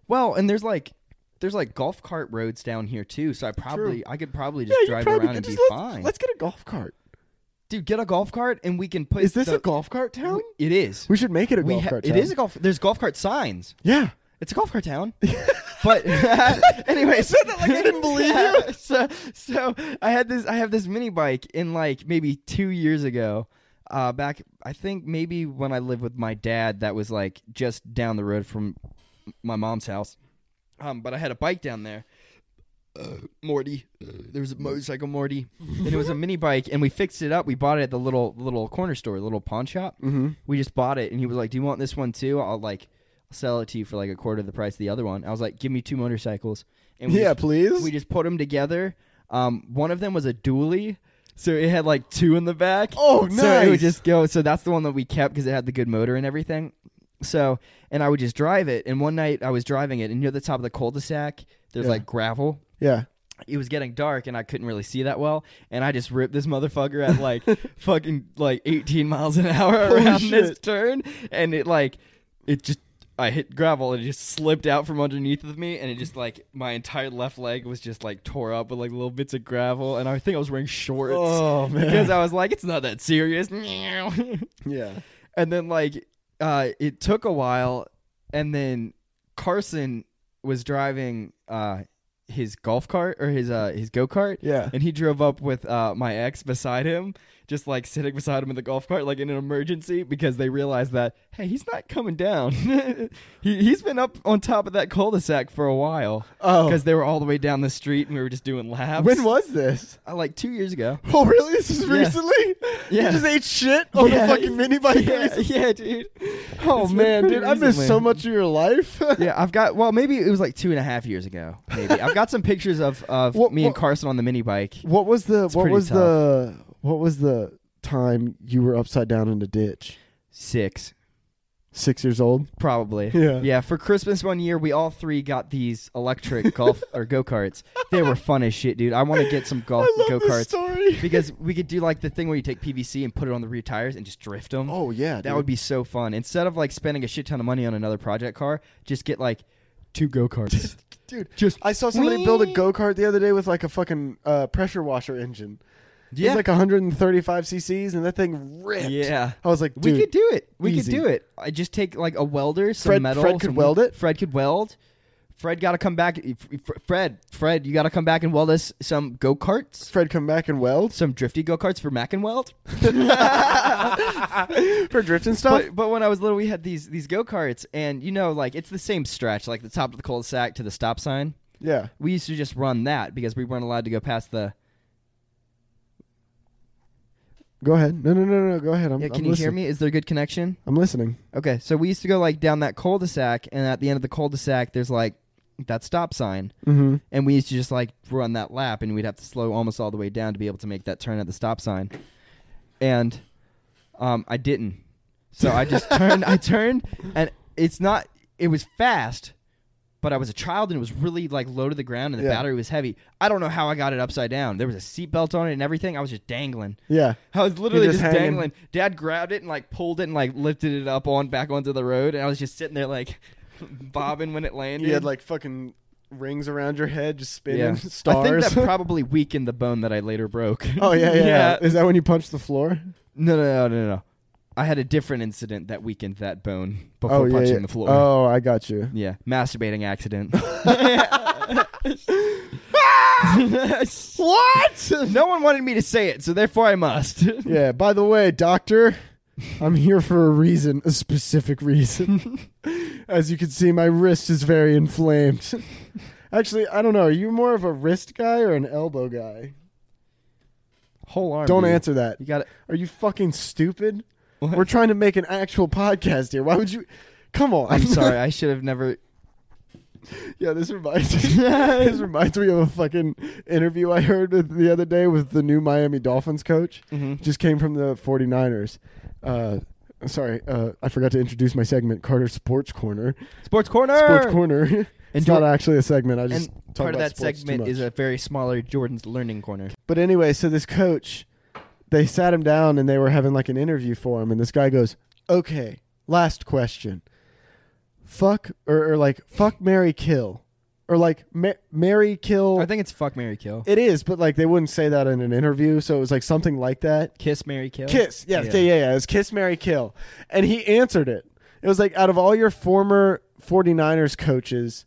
[SPEAKER 2] Well, and there's like there's like golf cart roads down here too, so I probably I could probably just
[SPEAKER 1] you
[SPEAKER 2] drive
[SPEAKER 1] probably
[SPEAKER 2] around
[SPEAKER 1] could
[SPEAKER 2] and be
[SPEAKER 1] just- let's,
[SPEAKER 2] fine.
[SPEAKER 1] Let's get a golf cart.
[SPEAKER 2] Dude, get a golf cart and we can put.
[SPEAKER 1] Is this
[SPEAKER 2] the-
[SPEAKER 1] a golf cart town?
[SPEAKER 2] w- It is.
[SPEAKER 1] We should make it a
[SPEAKER 2] We
[SPEAKER 1] golf
[SPEAKER 2] ha-
[SPEAKER 1] cart.
[SPEAKER 2] it
[SPEAKER 1] town.
[SPEAKER 2] is a golf. There's golf cart signs.
[SPEAKER 1] yeah.
[SPEAKER 2] It's a golf cart town. but anyway, so that like I didn't believe you. So so I had this I have this mini bike in like maybe two years ago. Uh, back I think maybe when I lived with my dad, that was like just down the road from my mom's house. Um, but I had a bike down there. Uh, Morty, there was a motorcycle Morty, and it was a mini bike, and we fixed it up. We bought it at the little little corner store, little pawn shop
[SPEAKER 1] Mm-hmm.
[SPEAKER 2] we just bought it and he was like do you want this one too i'll like sell it to you for like a quarter of the price of the other one i was like give me two motorcycles and we,
[SPEAKER 1] Yeah,
[SPEAKER 2] just,
[SPEAKER 1] please.
[SPEAKER 2] we just put them together um, one of them was a dually so it had like two in the back
[SPEAKER 1] oh,
[SPEAKER 2] so it would
[SPEAKER 1] nice.
[SPEAKER 2] just go so that's the one that we kept because it had the good motor and everything so and i would just drive it and one night i was driving it and near the top of the cul-de-sac there's
[SPEAKER 1] Yeah.
[SPEAKER 2] like gravel
[SPEAKER 1] yeah.
[SPEAKER 2] it was getting dark and I couldn't really see that well, and I just ripped this motherfucker at like fucking like 18 miles an hour
[SPEAKER 1] Holy
[SPEAKER 2] around this
[SPEAKER 1] shit.
[SPEAKER 2] turn, and it like it just I hit gravel and it just slipped out from underneath of me, and it just like my entire left leg was just like tore up with like little bits of gravel, and I think I was wearing shorts
[SPEAKER 1] Oh
[SPEAKER 2] because
[SPEAKER 1] man.
[SPEAKER 2] I was like, it's not that serious, and
[SPEAKER 1] yeah.
[SPEAKER 2] then like uh, it took a while, and then Carson was driving uh his golf cart or his uh his go kart
[SPEAKER 1] Yeah.
[SPEAKER 2] and he drove up with uh, my ex beside him, just like sitting beside him in the golf cart, like in an emergency, because they realized that hey, he's not coming down. he he's been up on top of that cul-de-sac for a while
[SPEAKER 1] Oh.
[SPEAKER 2] because they were all the way down the street and we were just doing laps.
[SPEAKER 1] When was this?
[SPEAKER 2] uh, like two years ago?
[SPEAKER 1] Oh, really? This is
[SPEAKER 2] Yeah.
[SPEAKER 1] recently?
[SPEAKER 2] Yeah.
[SPEAKER 1] You just ate shit on
[SPEAKER 2] Yeah.
[SPEAKER 1] Oh, the fucking mini bike
[SPEAKER 2] yeah,
[SPEAKER 1] recently?
[SPEAKER 2] yeah, dude.
[SPEAKER 1] Oh,
[SPEAKER 2] It's been
[SPEAKER 1] man,
[SPEAKER 2] pretty
[SPEAKER 1] dude. I missed
[SPEAKER 2] recently.
[SPEAKER 1] so much of your life.
[SPEAKER 2] Yeah, I've got. Well, maybe it was like two and a half years ago. Maybe I've got some pictures of of
[SPEAKER 1] What-
[SPEAKER 2] me and
[SPEAKER 1] what-
[SPEAKER 2] Carson on the mini bike.
[SPEAKER 1] What was the, what
[SPEAKER 2] pretty
[SPEAKER 1] was
[SPEAKER 2] tough.
[SPEAKER 1] the, what was the time you were upside down in the ditch?
[SPEAKER 2] Six,
[SPEAKER 1] Six years old?
[SPEAKER 2] probably.
[SPEAKER 1] Yeah.
[SPEAKER 2] Yeah, for Christmas one year, we all three got these electric golf or go karts. They were fun as shit, dude. I want to get some golf
[SPEAKER 1] I
[SPEAKER 2] go
[SPEAKER 1] love this
[SPEAKER 2] karts
[SPEAKER 1] story.
[SPEAKER 2] because we could do like the thing where you take PVC and put it on the rear tires and just drift them.
[SPEAKER 1] Oh, yeah.
[SPEAKER 2] that would be so fun. Instead of like spending a shit ton of money on another project car, just get like two go karts.
[SPEAKER 1] Dude,
[SPEAKER 2] just
[SPEAKER 1] I saw somebody build a go kart the other day with like a fucking uh, pressure washer engine. It
[SPEAKER 2] yeah,
[SPEAKER 1] was like 135 cc's, and that thing ripped.
[SPEAKER 2] yeah.
[SPEAKER 1] I was like, dude,
[SPEAKER 2] we could do it. We
[SPEAKER 1] easy.
[SPEAKER 2] could do it. I just take like a welder, some
[SPEAKER 1] Fred-
[SPEAKER 2] metal.
[SPEAKER 1] Fred could
[SPEAKER 2] some-
[SPEAKER 1] weld it?
[SPEAKER 2] Fred could weld. Fred got to come back. F- Fred, Fred, you got to come back and weld us some go karts.
[SPEAKER 1] Fred come back and weld
[SPEAKER 2] some drifty go karts for Mack and Weld.
[SPEAKER 1] for drifting stuff.
[SPEAKER 2] But, but when I was little, we had these these go karts, and you know, like it's the same stretch, like the top of the cul-de-sac to the stop sign.
[SPEAKER 1] yeah,
[SPEAKER 2] We used to just run that because we weren't allowed to go past the.
[SPEAKER 1] go ahead. No, no, no, no. Go ahead. I'm,
[SPEAKER 2] Yeah, can
[SPEAKER 1] I'm
[SPEAKER 2] you
[SPEAKER 1] listening.
[SPEAKER 2] hear me? Is there good connection?
[SPEAKER 1] I'm listening.
[SPEAKER 2] Okay, so we used to go like down that cul-de-sac, and at the end of the cul-de-sac, there's like that stop sign,
[SPEAKER 1] Mm-hmm.
[SPEAKER 2] and we used to just like run that lap, and we'd have to slow almost all the way down to be able to make that turn at the stop sign, and um, I didn't. So I just turned. I turned, and it's not. It was fast, but I was a child, and it was really like low to the ground, and the
[SPEAKER 1] Yeah.
[SPEAKER 2] battery was heavy. I don't know how I got it upside down. There was a seatbelt on it and everything. I was just dangling.
[SPEAKER 1] Yeah,
[SPEAKER 2] I was literally
[SPEAKER 1] just
[SPEAKER 2] just,
[SPEAKER 1] hanging.
[SPEAKER 2] dangling. Dad grabbed it and like pulled it and like lifted it up on back onto the road, and I was just sitting there like bobbing when it landed.
[SPEAKER 1] you had like fucking rings around your head, just spinning
[SPEAKER 2] Yeah.
[SPEAKER 1] stars.
[SPEAKER 2] I think that probably weakened the bone that I later broke.
[SPEAKER 1] oh yeah, yeah, yeah. Is that when you punched the floor?
[SPEAKER 2] No, no, no, no, no. I had a different incident that weakened that bone before
[SPEAKER 1] oh yeah,
[SPEAKER 2] punching
[SPEAKER 1] yeah.
[SPEAKER 2] the floor.
[SPEAKER 1] Oh, I got you.
[SPEAKER 2] Yeah, masturbating accident.
[SPEAKER 1] What?
[SPEAKER 2] no one wanted me to say it, so therefore I must.
[SPEAKER 1] yeah. By the way, doctor, I'm here for a reason, a specific reason. As you can see, my wrist is very inflamed. Actually, I don't know. Are you more of a wrist guy or an elbow guy?
[SPEAKER 2] Whole arm.
[SPEAKER 1] Don't
[SPEAKER 2] dude.
[SPEAKER 1] answer that.
[SPEAKER 2] You got it.
[SPEAKER 1] Are you fucking stupid?
[SPEAKER 2] What?
[SPEAKER 1] We're trying to make an actual podcast here. Why would you? Come on.
[SPEAKER 2] I'm sorry. I should have never.
[SPEAKER 1] yeah, this reminds this reminds me of a fucking interview I heard with- the other day with the new Miami Dolphins coach.
[SPEAKER 2] Mm-hmm.
[SPEAKER 1] Just came from the 49ers. Uh, sorry, uh, I forgot to introduce my segment, Carter Sports Corner.
[SPEAKER 2] Sports corner.
[SPEAKER 1] Sports Corner. it's
[SPEAKER 2] And
[SPEAKER 1] not
[SPEAKER 2] Jor-
[SPEAKER 1] actually a segment. I just
[SPEAKER 2] And
[SPEAKER 1] talk
[SPEAKER 2] part of
[SPEAKER 1] about
[SPEAKER 2] that
[SPEAKER 1] sports too
[SPEAKER 2] segment
[SPEAKER 1] much.
[SPEAKER 2] is a very smaller Jordan's learning corner.
[SPEAKER 1] But anyway, so this coach, they sat him down and they were having like an interview for him, and this guy goes, "Okay, last question. fuck or, or like fuck Mary kill or like ma- Mary kill.
[SPEAKER 2] I think it's fuck Mary Kill.
[SPEAKER 1] it is, but like they wouldn't say that in an interview, so it was like something like that.
[SPEAKER 2] Kiss Mary Kill.
[SPEAKER 1] Kiss, yes, yeah, yeah, yeah. It was kiss Mary kill, and he answered it. It was like out of all your former 49ers coaches,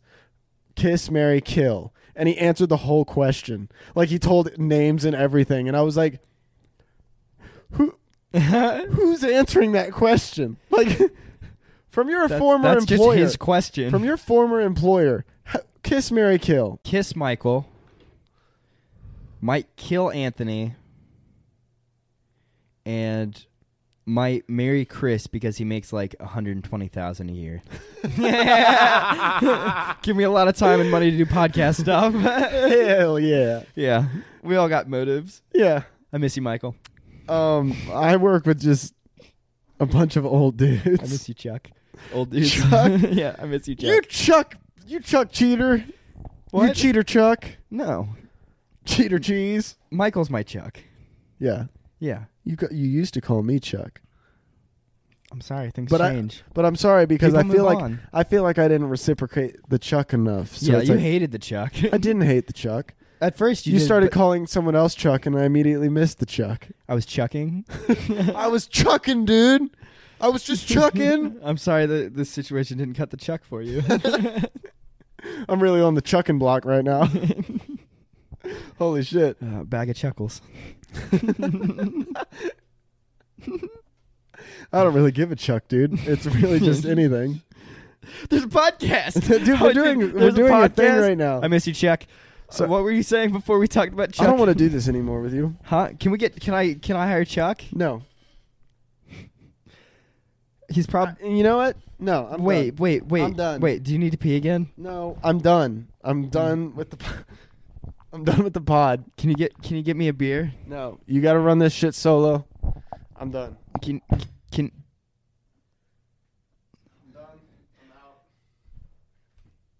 [SPEAKER 1] kiss Mary kill, and he answered the whole question. Like he told names and everything, and I was like, who who's answering that question? Like from your
[SPEAKER 2] That's-
[SPEAKER 1] former
[SPEAKER 2] that's
[SPEAKER 1] employer.
[SPEAKER 2] just his question.
[SPEAKER 1] from your former employer. h- Kiss Mary Kill.
[SPEAKER 2] Kiss Michael. Might kill Anthony. And might marry Chris because he makes like 120,000 a year. Give me a lot of time and money to do podcast stuff.
[SPEAKER 1] Hell yeah.
[SPEAKER 2] yeah. We all got motives.
[SPEAKER 1] Yeah.
[SPEAKER 2] I miss you, Michael.
[SPEAKER 1] Um I work with just a bunch of old
[SPEAKER 2] I miss
[SPEAKER 1] dudes.
[SPEAKER 2] you, Chuck. Old dude.
[SPEAKER 1] Chuck?
[SPEAKER 2] yeah, I miss you, Chuck.
[SPEAKER 1] You Chuck you Chuck Cheater. You
[SPEAKER 2] What?
[SPEAKER 1] cheater Chuck.
[SPEAKER 2] no.
[SPEAKER 1] Cheater cheese.
[SPEAKER 2] Michael's my Chuck.
[SPEAKER 1] Yeah.
[SPEAKER 2] Yeah.
[SPEAKER 1] You ca- you used to call me Chuck.
[SPEAKER 2] I'm sorry. Things
[SPEAKER 1] But I-
[SPEAKER 2] change.
[SPEAKER 1] But I'm sorry because
[SPEAKER 2] People
[SPEAKER 1] I feel
[SPEAKER 2] move
[SPEAKER 1] like
[SPEAKER 2] on.
[SPEAKER 1] I feel like I didn't reciprocate the Chuck enough. So
[SPEAKER 2] yeah,
[SPEAKER 1] it's
[SPEAKER 2] you
[SPEAKER 1] like,
[SPEAKER 2] hated the Chuck.
[SPEAKER 1] I didn't hate the Chuck.
[SPEAKER 2] At first, you,
[SPEAKER 1] You,
[SPEAKER 2] did,
[SPEAKER 1] started
[SPEAKER 2] but
[SPEAKER 1] calling someone else Chuck and I immediately missed the Chuck.
[SPEAKER 2] I was chucking.
[SPEAKER 1] I was chucking, dude. I was just chucking.
[SPEAKER 2] I'm sorry that this situation didn't cut the chuck for you. Uh,
[SPEAKER 1] I'm really on the chucking block right now. Holy shit.
[SPEAKER 2] uh, bag of chuckles.
[SPEAKER 1] I don't really give a chuck, dude. It's really just anything.
[SPEAKER 2] There's a podcast.
[SPEAKER 1] Dude, we're doing we're
[SPEAKER 2] There's
[SPEAKER 1] doing a, thing
[SPEAKER 2] podcast.
[SPEAKER 1] right now.
[SPEAKER 2] I miss you, Chuck. So
[SPEAKER 1] So-
[SPEAKER 2] what were you saying before we talked about
[SPEAKER 1] I
[SPEAKER 2] Chuck?
[SPEAKER 1] don't want to do this anymore with you.
[SPEAKER 2] Huh? Can we get? Can I? Can I hire Chuck?
[SPEAKER 1] No.
[SPEAKER 2] He's probably.
[SPEAKER 1] And you know what? No. I'm
[SPEAKER 2] Wait,
[SPEAKER 1] done.
[SPEAKER 2] wait, wait,
[SPEAKER 1] I'm done.
[SPEAKER 2] wait. Do you need to pee again?
[SPEAKER 1] No, I'm done. I'm done with the po- I'm done with the pod.
[SPEAKER 2] Can you get? Can you get me a beer?
[SPEAKER 1] No. You got to run this shit solo. I'm done.
[SPEAKER 2] Can can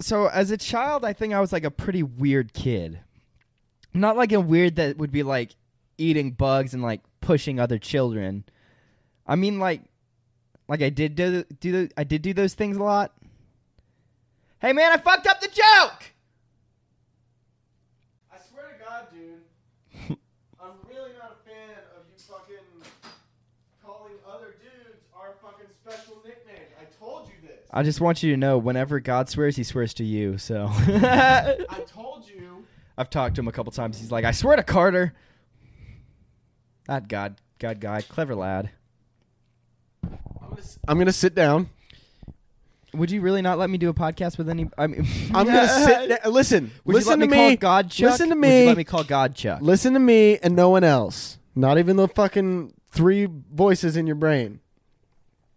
[SPEAKER 2] So as a child, I think I was like a pretty weird kid. Not like a weird that would be like eating bugs and like pushing other children. I mean like like I did do do tho- I did do those things a lot. Hey man, I fucked up the joke.
[SPEAKER 1] I swear to God, dude, I'm really not a fan of you fucking calling other dudes our fucking special nickname. I told you this.
[SPEAKER 2] I just want you to know whenever God swears, he swears to you. So
[SPEAKER 1] I told you.
[SPEAKER 2] I've talked to him a couple times. He's like, I swear to Carter. That God, God guy, clever lad.
[SPEAKER 1] I'm gonna, s- I'm gonna sit down.
[SPEAKER 2] Would you really not let me do a podcast with any? I mean,
[SPEAKER 1] I'm gonna sit. Da- listen,
[SPEAKER 2] Would
[SPEAKER 1] listen
[SPEAKER 2] you let
[SPEAKER 1] to
[SPEAKER 2] me, call
[SPEAKER 1] me.
[SPEAKER 2] God Chuck?
[SPEAKER 1] Listen to
[SPEAKER 2] Would you
[SPEAKER 1] me.
[SPEAKER 2] let me call God Chuck?
[SPEAKER 1] Listen to me and no one else. Not even the fucking three voices in your brain.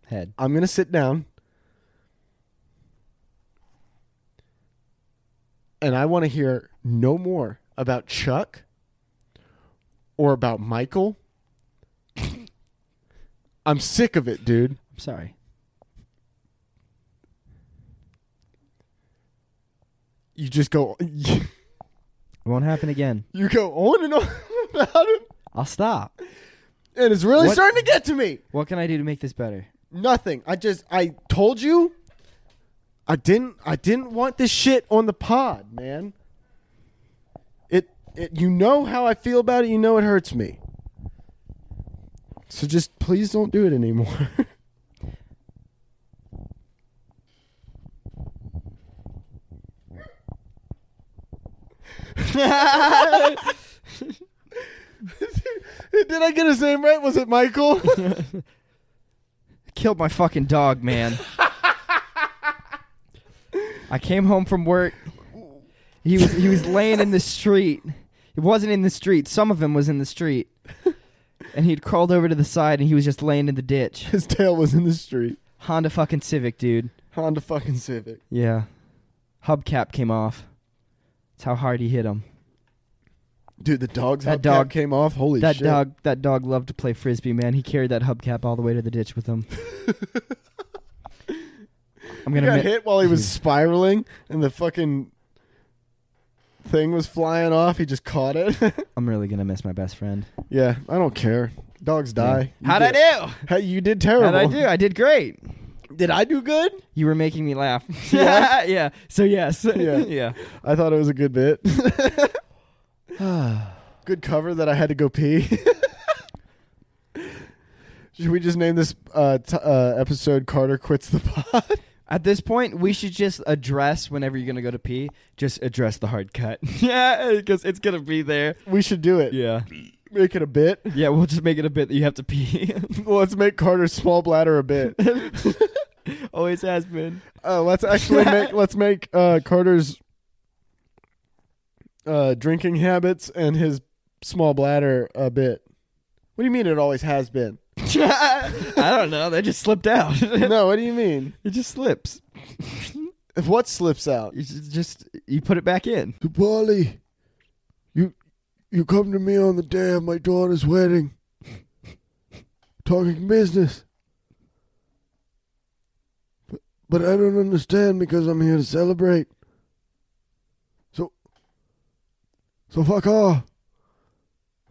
[SPEAKER 2] Head.
[SPEAKER 1] I'm gonna sit down. And I want to hear no more about Chuck or about Michael. I'm sick of it, dude.
[SPEAKER 2] I'm sorry.
[SPEAKER 1] You just go
[SPEAKER 2] It won't happen again.
[SPEAKER 1] you go on and on about him.
[SPEAKER 2] I'll stop.
[SPEAKER 1] And it's really
[SPEAKER 2] What-
[SPEAKER 1] starting to get to me.
[SPEAKER 2] What can I do to make this better?
[SPEAKER 1] Nothing. I just I told you I didn't I didn't want this shit on the pod, man. It it you know how I feel about it, you know it hurts me. So just please don't do it anymore. Did I get his name right? Was it Michael?
[SPEAKER 2] Killed my fucking dog, man. I came home from work. He was he was laying in the street. It wasn't in the street. Some of him was in the street. And he'd crawled over to the side and he was just laying in the ditch.
[SPEAKER 1] his tail was in the street.
[SPEAKER 2] Honda fucking Civic, dude.
[SPEAKER 1] Honda fucking Civic.
[SPEAKER 2] Yeah. Hubcap came off. That's how hard he hit him.
[SPEAKER 1] Dude, the dog's
[SPEAKER 2] That
[SPEAKER 1] hubcap
[SPEAKER 2] dog-
[SPEAKER 1] came off. Holy
[SPEAKER 2] that
[SPEAKER 1] shit.
[SPEAKER 2] dog that dog loved to play frisbee, man. He carried that hubcap all the way to the ditch with him. I'm
[SPEAKER 1] He
[SPEAKER 2] gonna
[SPEAKER 1] got
[SPEAKER 2] mi-
[SPEAKER 1] hit while he was spiraling, and the fucking thing was flying off. He just caught it.
[SPEAKER 2] I'm really gonna miss my best friend.
[SPEAKER 1] yeah, I don't care. Dogs die. You
[SPEAKER 2] How'd I
[SPEAKER 1] did-
[SPEAKER 2] do?
[SPEAKER 1] Hey, you did terrible.
[SPEAKER 2] How'd I do? I did great.
[SPEAKER 1] Did I do good?
[SPEAKER 2] You were making me laugh.
[SPEAKER 1] Yeah?
[SPEAKER 2] yeah. So yes.
[SPEAKER 1] Yeah.
[SPEAKER 2] yeah.
[SPEAKER 1] I thought it was a good bit. good cover that I had to go pee. Should we just name this uh, t- uh, episode "Carter Quits the Pod"?
[SPEAKER 2] At this point, we should just address whenever you're gonna go to pee. Just address the hard cut. yeah, because it's gonna be there.
[SPEAKER 1] we should do it.
[SPEAKER 2] Yeah.
[SPEAKER 1] Make it a bit.
[SPEAKER 2] Yeah. We'll just make it a bit that you have to pee.
[SPEAKER 1] Well, let's make Carter's small bladder a bit.
[SPEAKER 2] Always has been.
[SPEAKER 1] Uh, let's actually make let's make uh, Carter's uh, drinking habits and his small bladder a bit. What do you mean? It always has been.
[SPEAKER 2] I don't know. They just slipped out. it
[SPEAKER 1] No, what do you mean?
[SPEAKER 2] just slips.
[SPEAKER 1] If what slips out?
[SPEAKER 2] You just, just you put it back in.
[SPEAKER 1] Polly, you you come to me on the day of my daughter's wedding, talking business. But, but I don't understand because I'm here to celebrate. So so fuck off.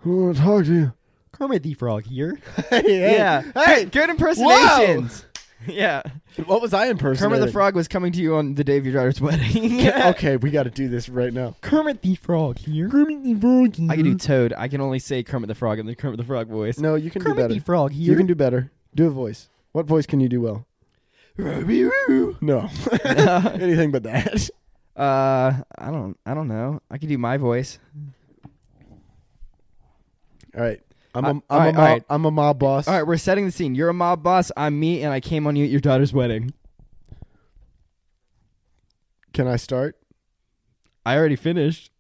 [SPEAKER 1] I don't want to talk to you.
[SPEAKER 2] Kermit the Frog here.
[SPEAKER 1] yeah.
[SPEAKER 2] Yeah. Hey, good impersonations. Yeah.
[SPEAKER 1] What was I
[SPEAKER 2] Kermit
[SPEAKER 1] impersonating?
[SPEAKER 2] the Frog was coming to you on the day of your daughter's wedding.
[SPEAKER 1] Okay, we got to do this right now.
[SPEAKER 2] Kermit the Frog here. Kermit the Frog oh, I can do Toad. I can only say Kermit the Frog in the Kermit the Frog voice.
[SPEAKER 1] No, you can
[SPEAKER 2] Kermit
[SPEAKER 1] do
[SPEAKER 2] the
[SPEAKER 1] better.
[SPEAKER 2] Frog
[SPEAKER 1] You
[SPEAKER 2] here.
[SPEAKER 1] can do better. Do a voice. What voice can you do well? No. Anything but that.
[SPEAKER 2] uh, I don't. I don't know. I can do my voice.
[SPEAKER 1] All right. I'm
[SPEAKER 2] Uh,
[SPEAKER 1] a, I'm,
[SPEAKER 2] all right,
[SPEAKER 1] a mob,
[SPEAKER 2] all right.
[SPEAKER 1] I'm a mob boss.
[SPEAKER 2] All right, we're setting the scene. You're a mob boss. I'm me, and I came on you at your daughter's wedding.
[SPEAKER 1] Can I start?
[SPEAKER 2] I already finished.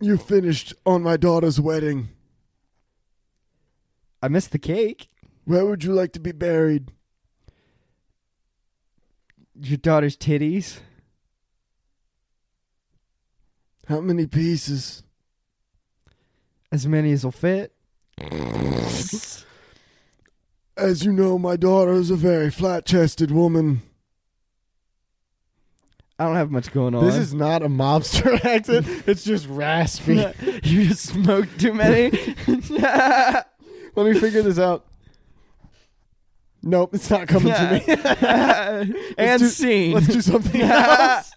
[SPEAKER 1] You finished on my daughter's wedding.
[SPEAKER 2] I missed the cake.
[SPEAKER 1] Where would you like to be buried?
[SPEAKER 2] Your daughter's titties.
[SPEAKER 1] How many pieces?
[SPEAKER 2] As many as will fit.
[SPEAKER 1] As you know, my daughter is a very flat-chested woman.
[SPEAKER 2] I don't have much going on.
[SPEAKER 1] This is not a mobster accent. It's just raspy. Let
[SPEAKER 2] you just smoked too many.
[SPEAKER 1] me figure this out. Nope, it's not coming to me.
[SPEAKER 2] and
[SPEAKER 1] do-
[SPEAKER 2] scene.
[SPEAKER 1] Let's do something else.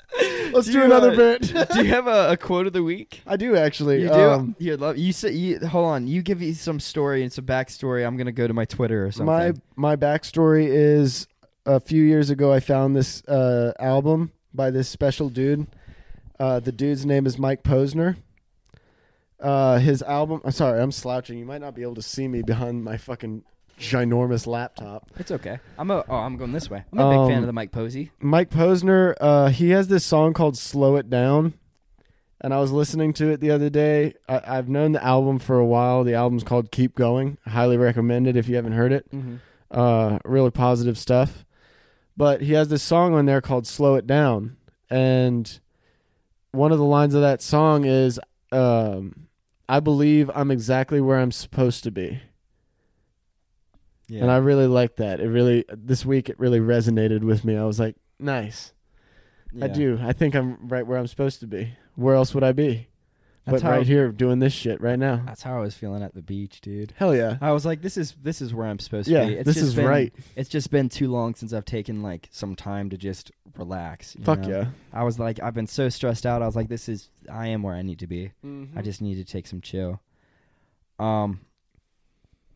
[SPEAKER 1] Let's
[SPEAKER 2] Do
[SPEAKER 1] do,
[SPEAKER 2] you,
[SPEAKER 1] another
[SPEAKER 2] uh,
[SPEAKER 1] bit.
[SPEAKER 2] do you have a, a quote of the week?
[SPEAKER 1] I do actually.
[SPEAKER 2] You do.
[SPEAKER 1] Um,
[SPEAKER 2] you love. You say. You, hold on. You give me some story and some backstory. I'm gonna go to my Twitter or something.
[SPEAKER 1] My my backstory is a few years ago I found this uh, album by this special dude. Uh, the dude's name is Mike Posner. Uh, his album. I'm sorry, I'm slouching. You might not be able to see me behind my fucking ginormous laptop.
[SPEAKER 2] it's okay. I'm a. Oh, I'm going this way. I'm a big fan
[SPEAKER 1] Um,
[SPEAKER 2] of the Mike Posey.
[SPEAKER 1] Mike Posner. Uh, he has this song called "Slow It Down." And I was listening to it the other day. I, I've known the album for a while. The album's called "Keep Going." Highly recommend it if you haven't heard it. uh, really positive stuff. But he has this song on there called "Slow It Down," and one of the lines of that song is, um, "I believe I'm exactly where I'm supposed to be,"
[SPEAKER 2] Yeah.
[SPEAKER 1] and I really like that. It really this week it really resonated with me. I was like, "Nice, I do. I think I'm right where I'm supposed to be. Where else would I be?" but
[SPEAKER 2] That's how-
[SPEAKER 1] right here, doing this shit right now.
[SPEAKER 2] That's how I was feeling at the beach, dude.
[SPEAKER 1] Hell yeah,
[SPEAKER 2] I was like, this is this is where I'm supposed
[SPEAKER 1] yeah.
[SPEAKER 2] to be. It's
[SPEAKER 1] this
[SPEAKER 2] just
[SPEAKER 1] is
[SPEAKER 2] been-
[SPEAKER 1] right.
[SPEAKER 2] It's just been too long since I've taken like some time to just relax. you
[SPEAKER 1] Fuck
[SPEAKER 2] know?
[SPEAKER 1] yeah.
[SPEAKER 2] I was like, I've been so stressed out. I was like, this is I am where I need to be. I just need to take some chill. Um,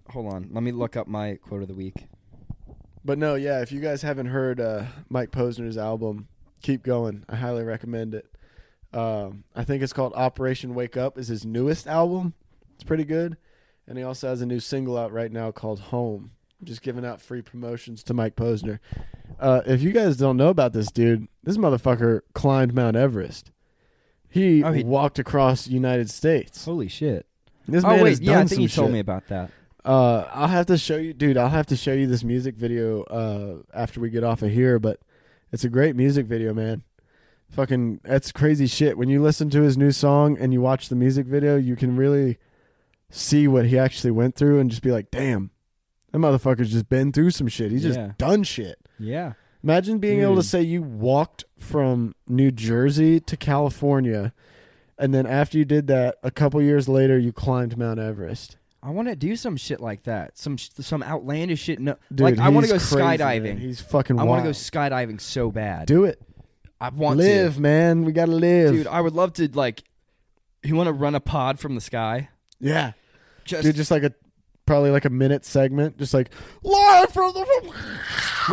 [SPEAKER 2] hold on. Let me look up my quote of the week.
[SPEAKER 1] But no, yeah, if you guys haven't heard uh, Mike Posner's album, keep going. I highly recommend it. Um, I think it's called Operation Wake Up is his newest album. It's pretty good. And he also has a new single out right now called Home. I'm just giving out free promotions to Mike Posner. Uh, if you guys don't know about this dude, this motherfucker climbed Mount Everest. He,
[SPEAKER 2] Oh, he-
[SPEAKER 1] walked across the United States.
[SPEAKER 2] Holy shit!
[SPEAKER 1] This
[SPEAKER 2] oh
[SPEAKER 1] man
[SPEAKER 2] wait,
[SPEAKER 1] has
[SPEAKER 2] yeah,
[SPEAKER 1] done
[SPEAKER 2] I think
[SPEAKER 1] some
[SPEAKER 2] you told
[SPEAKER 1] shit.
[SPEAKER 2] me about that.
[SPEAKER 1] Uh, I'll have to show you, dude. I'll have to show you this music video uh, after we get off of here, but it's a great music video, man. Fucking, that's crazy shit. When you listen to his new song and you watch the music video, you can really see what he actually went through and just be like, damn, that motherfucker's just been through some shit. He's
[SPEAKER 2] Yeah.
[SPEAKER 1] just done shit.
[SPEAKER 2] Yeah,
[SPEAKER 1] Imagine being able to
[SPEAKER 2] Dude.
[SPEAKER 1] say you walked from New Jersey to California, and then after you did that, a couple years later, you climbed Mount Everest.
[SPEAKER 2] I want to do some shit like that. Some sh- some outlandish shit. No,
[SPEAKER 1] Dude,
[SPEAKER 2] like I want to go
[SPEAKER 1] he's crazy, man.
[SPEAKER 2] skydiving.
[SPEAKER 1] He's fucking
[SPEAKER 2] I
[SPEAKER 1] wild.
[SPEAKER 2] want to go skydiving so bad.
[SPEAKER 1] Do it.
[SPEAKER 2] I want
[SPEAKER 1] live, man. We gotta live.
[SPEAKER 2] to. Dude, I would love to like you want to run a pod from the sky?
[SPEAKER 1] yeah.
[SPEAKER 2] Just,
[SPEAKER 1] Dude, just like a probably like a minute segment, just like live from the
[SPEAKER 2] we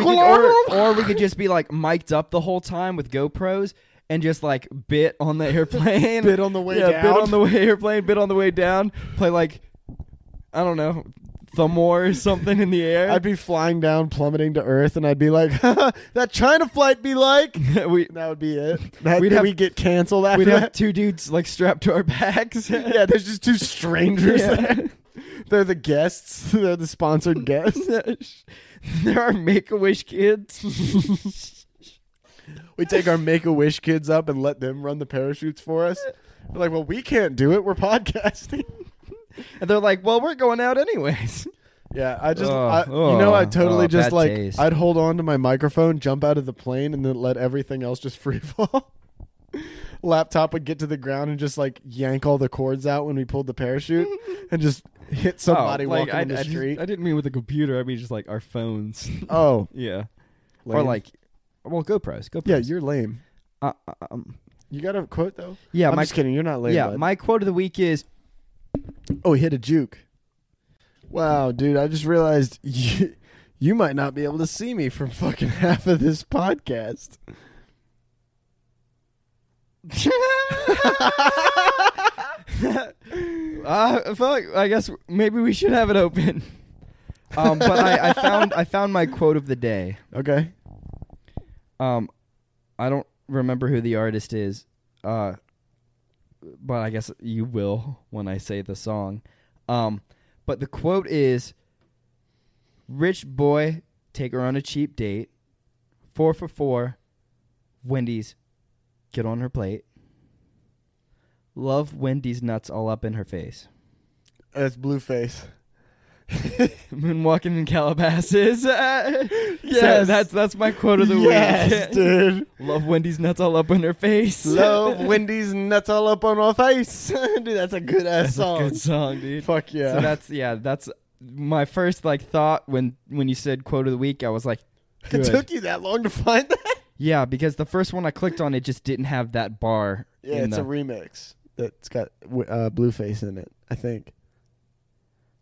[SPEAKER 2] could, or, or we could just be like mic'd up the whole time with GoPros and just like bit on the airplane.
[SPEAKER 1] bit on the way
[SPEAKER 2] yeah,
[SPEAKER 1] down.
[SPEAKER 2] bit on the way airplane, bit on the way down. Play like I don't know, thumb war or something in the air.
[SPEAKER 1] I'd be flying down, plummeting to Earth, and I'd be like, "That China flight be like." And
[SPEAKER 2] we
[SPEAKER 1] that would be it. That,
[SPEAKER 2] We'd
[SPEAKER 1] we'd
[SPEAKER 2] have-
[SPEAKER 1] we get canceled after
[SPEAKER 2] we'd have
[SPEAKER 1] that.
[SPEAKER 2] two dudes like strapped to our backs.
[SPEAKER 1] yeah, there's just two strangers
[SPEAKER 2] Yeah.
[SPEAKER 1] there. They're the guests. They're the sponsored guests.
[SPEAKER 2] there are Make a Wish kids.
[SPEAKER 1] We take our Make a Wish kids up and let them run the parachutes for us. We're like, well, we can't do it. We're podcasting.
[SPEAKER 2] and they're like, well, we're going out anyways.
[SPEAKER 1] Yeah, I just, I,
[SPEAKER 2] Ugh,
[SPEAKER 1] you know, I
[SPEAKER 2] ugh,
[SPEAKER 1] totally
[SPEAKER 2] ugh,
[SPEAKER 1] just
[SPEAKER 2] bad
[SPEAKER 1] like,
[SPEAKER 2] taste.
[SPEAKER 1] I'd hold on to my microphone, jump out of the plane, and then let everything else just free fall. Laptop would get to the ground and just like yank all the cords out when we pulled the parachute and just hit somebody
[SPEAKER 3] Oh,
[SPEAKER 1] walking in the
[SPEAKER 3] just-
[SPEAKER 1] street.
[SPEAKER 3] I didn't mean with a computer. I mean just like our phones.
[SPEAKER 1] oh,
[SPEAKER 3] yeah.
[SPEAKER 2] Or
[SPEAKER 1] lame.
[SPEAKER 2] like, well, GoPros, GoPros.
[SPEAKER 1] yeah, you're lame.
[SPEAKER 2] Uh, um,
[SPEAKER 1] You got a quote though?
[SPEAKER 2] yeah,
[SPEAKER 1] I'm
[SPEAKER 2] my
[SPEAKER 1] just kidding. You're not lame.
[SPEAKER 2] yeah,
[SPEAKER 1] bud.
[SPEAKER 2] my quote of the week is
[SPEAKER 1] Oh, he hit a juke. Wow, dude, I just realized you, you might not be able to see me from fucking half of this podcast.
[SPEAKER 2] Uh, I feel like I guess maybe we should have it open. Um, but I, I found I found my quote of the day.
[SPEAKER 1] Okay.
[SPEAKER 2] Um, I don't remember who the artist is. Uh, but I guess you will when I say the song. Um, but the quote is: "Rich boy, take her on a cheap date. Four for four. Wendy's, get on her plate. Love Wendy's nuts all up in her face."
[SPEAKER 1] That's Blueface.
[SPEAKER 2] Moonwalking in Calabasas. yes,
[SPEAKER 1] Yes.
[SPEAKER 2] that's that's my quote of the
[SPEAKER 1] yes,
[SPEAKER 2] week.
[SPEAKER 1] dude.
[SPEAKER 2] Love Wendy's nuts all up in her face.
[SPEAKER 1] Love Wendy's nuts all up on our face. dude, that's a good ass
[SPEAKER 2] that's a
[SPEAKER 1] song.
[SPEAKER 2] good song, dude.
[SPEAKER 1] Fuck yeah.
[SPEAKER 2] So that's yeah, that's my first like thought when when you said quote of the week. I was like,
[SPEAKER 1] it
[SPEAKER 2] good.
[SPEAKER 1] took you that long to find that?
[SPEAKER 2] yeah, because the first one I clicked on, it just didn't have that bar.
[SPEAKER 1] Yeah,
[SPEAKER 2] in
[SPEAKER 1] it's
[SPEAKER 2] the-
[SPEAKER 1] a remix that's got uh, Blueface in it, I think.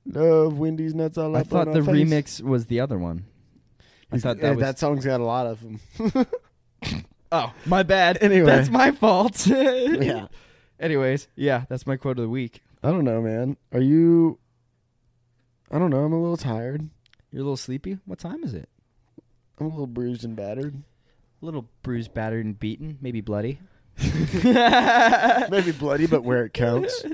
[SPEAKER 1] Love Wendy's nuts all
[SPEAKER 2] I
[SPEAKER 1] up on
[SPEAKER 2] thought
[SPEAKER 1] our
[SPEAKER 2] the
[SPEAKER 1] face. eh,
[SPEAKER 2] remix was the other one. I
[SPEAKER 1] He's-
[SPEAKER 2] thought
[SPEAKER 1] yeah,
[SPEAKER 2] that was.
[SPEAKER 1] that song's got a lot of them.
[SPEAKER 2] Oh, my bad.
[SPEAKER 1] Anyway.
[SPEAKER 2] that's my fault.
[SPEAKER 1] yeah.
[SPEAKER 2] Anyways, yeah, that's my quote of the week.
[SPEAKER 1] I don't know, man. Are you? I don't know. I'm a little tired.
[SPEAKER 2] You're a little sleepy. What time is it?
[SPEAKER 1] I'm a little bruised and battered.
[SPEAKER 2] A little bruised, battered, and beaten, maybe bloody.
[SPEAKER 1] Maybe bloody, but where it counts.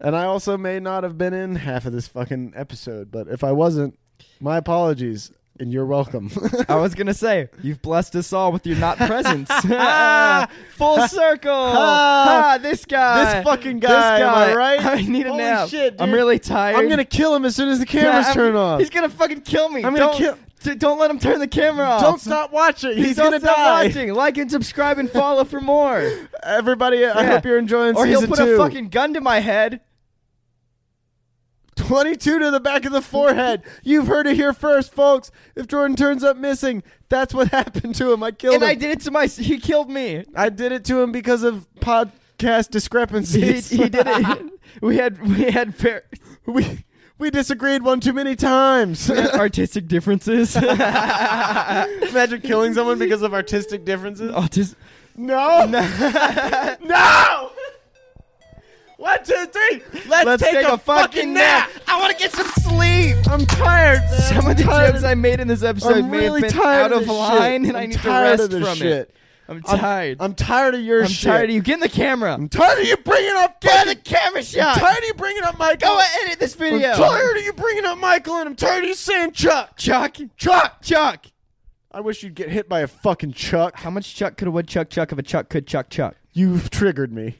[SPEAKER 1] And I also may not have been in half of this fucking episode, but if I wasn't, my apologies, and you're welcome.
[SPEAKER 2] I was gonna say you've blessed us all with your not presence. Full circle.
[SPEAKER 1] Ah,
[SPEAKER 2] ah, this guy.
[SPEAKER 1] this fucking
[SPEAKER 2] This
[SPEAKER 1] guy, am I
[SPEAKER 2] guy.
[SPEAKER 1] right?
[SPEAKER 2] I need a
[SPEAKER 1] Holy
[SPEAKER 2] nap.
[SPEAKER 1] shit, dude.
[SPEAKER 2] I'm really tired.
[SPEAKER 1] I'm gonna kill him as soon as the
[SPEAKER 2] Yeah,
[SPEAKER 1] cameras
[SPEAKER 2] I'm-
[SPEAKER 1] turn off.
[SPEAKER 2] He's gonna fucking kill me.
[SPEAKER 1] I'm gonna
[SPEAKER 2] don't,
[SPEAKER 1] kill-
[SPEAKER 2] d- don't let him turn the camera off.
[SPEAKER 1] Don't stop watching. He's,
[SPEAKER 2] Don't
[SPEAKER 1] gonna
[SPEAKER 2] stop
[SPEAKER 1] die.
[SPEAKER 2] watching. Like and subscribe and follow for more.
[SPEAKER 1] Everybody, I
[SPEAKER 2] Yeah.
[SPEAKER 1] hope you're enjoying
[SPEAKER 2] or he'll
[SPEAKER 1] season
[SPEAKER 2] put
[SPEAKER 1] two.
[SPEAKER 2] a fucking gun to my head.
[SPEAKER 1] 22 to the back of the forehead. You've heard it here first, folks. If Jordan turns up missing, that's what happened to him. I killed
[SPEAKER 2] And
[SPEAKER 1] him.
[SPEAKER 2] I did it to my. He killed me.
[SPEAKER 1] I did it to him because of podcast
[SPEAKER 2] He,
[SPEAKER 1] discrepancies.
[SPEAKER 2] he did it. We had we had, fair,
[SPEAKER 1] we we disagreed one too many times.
[SPEAKER 2] we had artistic differences.
[SPEAKER 1] Imagine killing someone because of artistic differences.
[SPEAKER 2] Autis-
[SPEAKER 1] No. no. One, two, three. Let's,
[SPEAKER 2] Let's
[SPEAKER 1] take, a, fucking nap. I want to get some sleep. I'm tired. man.
[SPEAKER 2] Some of the
[SPEAKER 1] I'm tired.
[SPEAKER 2] jokes I made in this episode
[SPEAKER 1] I'm
[SPEAKER 2] may
[SPEAKER 1] really
[SPEAKER 2] have been
[SPEAKER 1] tired
[SPEAKER 2] out
[SPEAKER 1] of
[SPEAKER 2] of,
[SPEAKER 1] this
[SPEAKER 2] line,
[SPEAKER 1] shit.
[SPEAKER 2] and I
[SPEAKER 1] I'm
[SPEAKER 2] need to
[SPEAKER 1] tired
[SPEAKER 2] rest
[SPEAKER 1] of this
[SPEAKER 2] from
[SPEAKER 1] shit.
[SPEAKER 2] it. I'm
[SPEAKER 1] I'm-
[SPEAKER 2] tired.
[SPEAKER 1] I'm, tired of your
[SPEAKER 2] I'm
[SPEAKER 1] shit.
[SPEAKER 2] tired of you. Get in the camera.
[SPEAKER 1] I'm tired of you bringing up
[SPEAKER 2] Get in
[SPEAKER 1] fucking-
[SPEAKER 2] the camera shot.
[SPEAKER 1] I'm tired of you bringing up Michael.
[SPEAKER 2] Go and edit this
[SPEAKER 1] I'm
[SPEAKER 2] video.
[SPEAKER 1] tired of you bringing up Michael, and I'm tired of you saying Chuck.
[SPEAKER 2] Chuck.
[SPEAKER 1] Chuck.
[SPEAKER 2] Chuck.
[SPEAKER 1] I wish you'd get hit by a fucking Chuck.
[SPEAKER 2] How much Chuck could a woodchuck chuck if a Chuck could chuck chuck?
[SPEAKER 1] You've triggered me.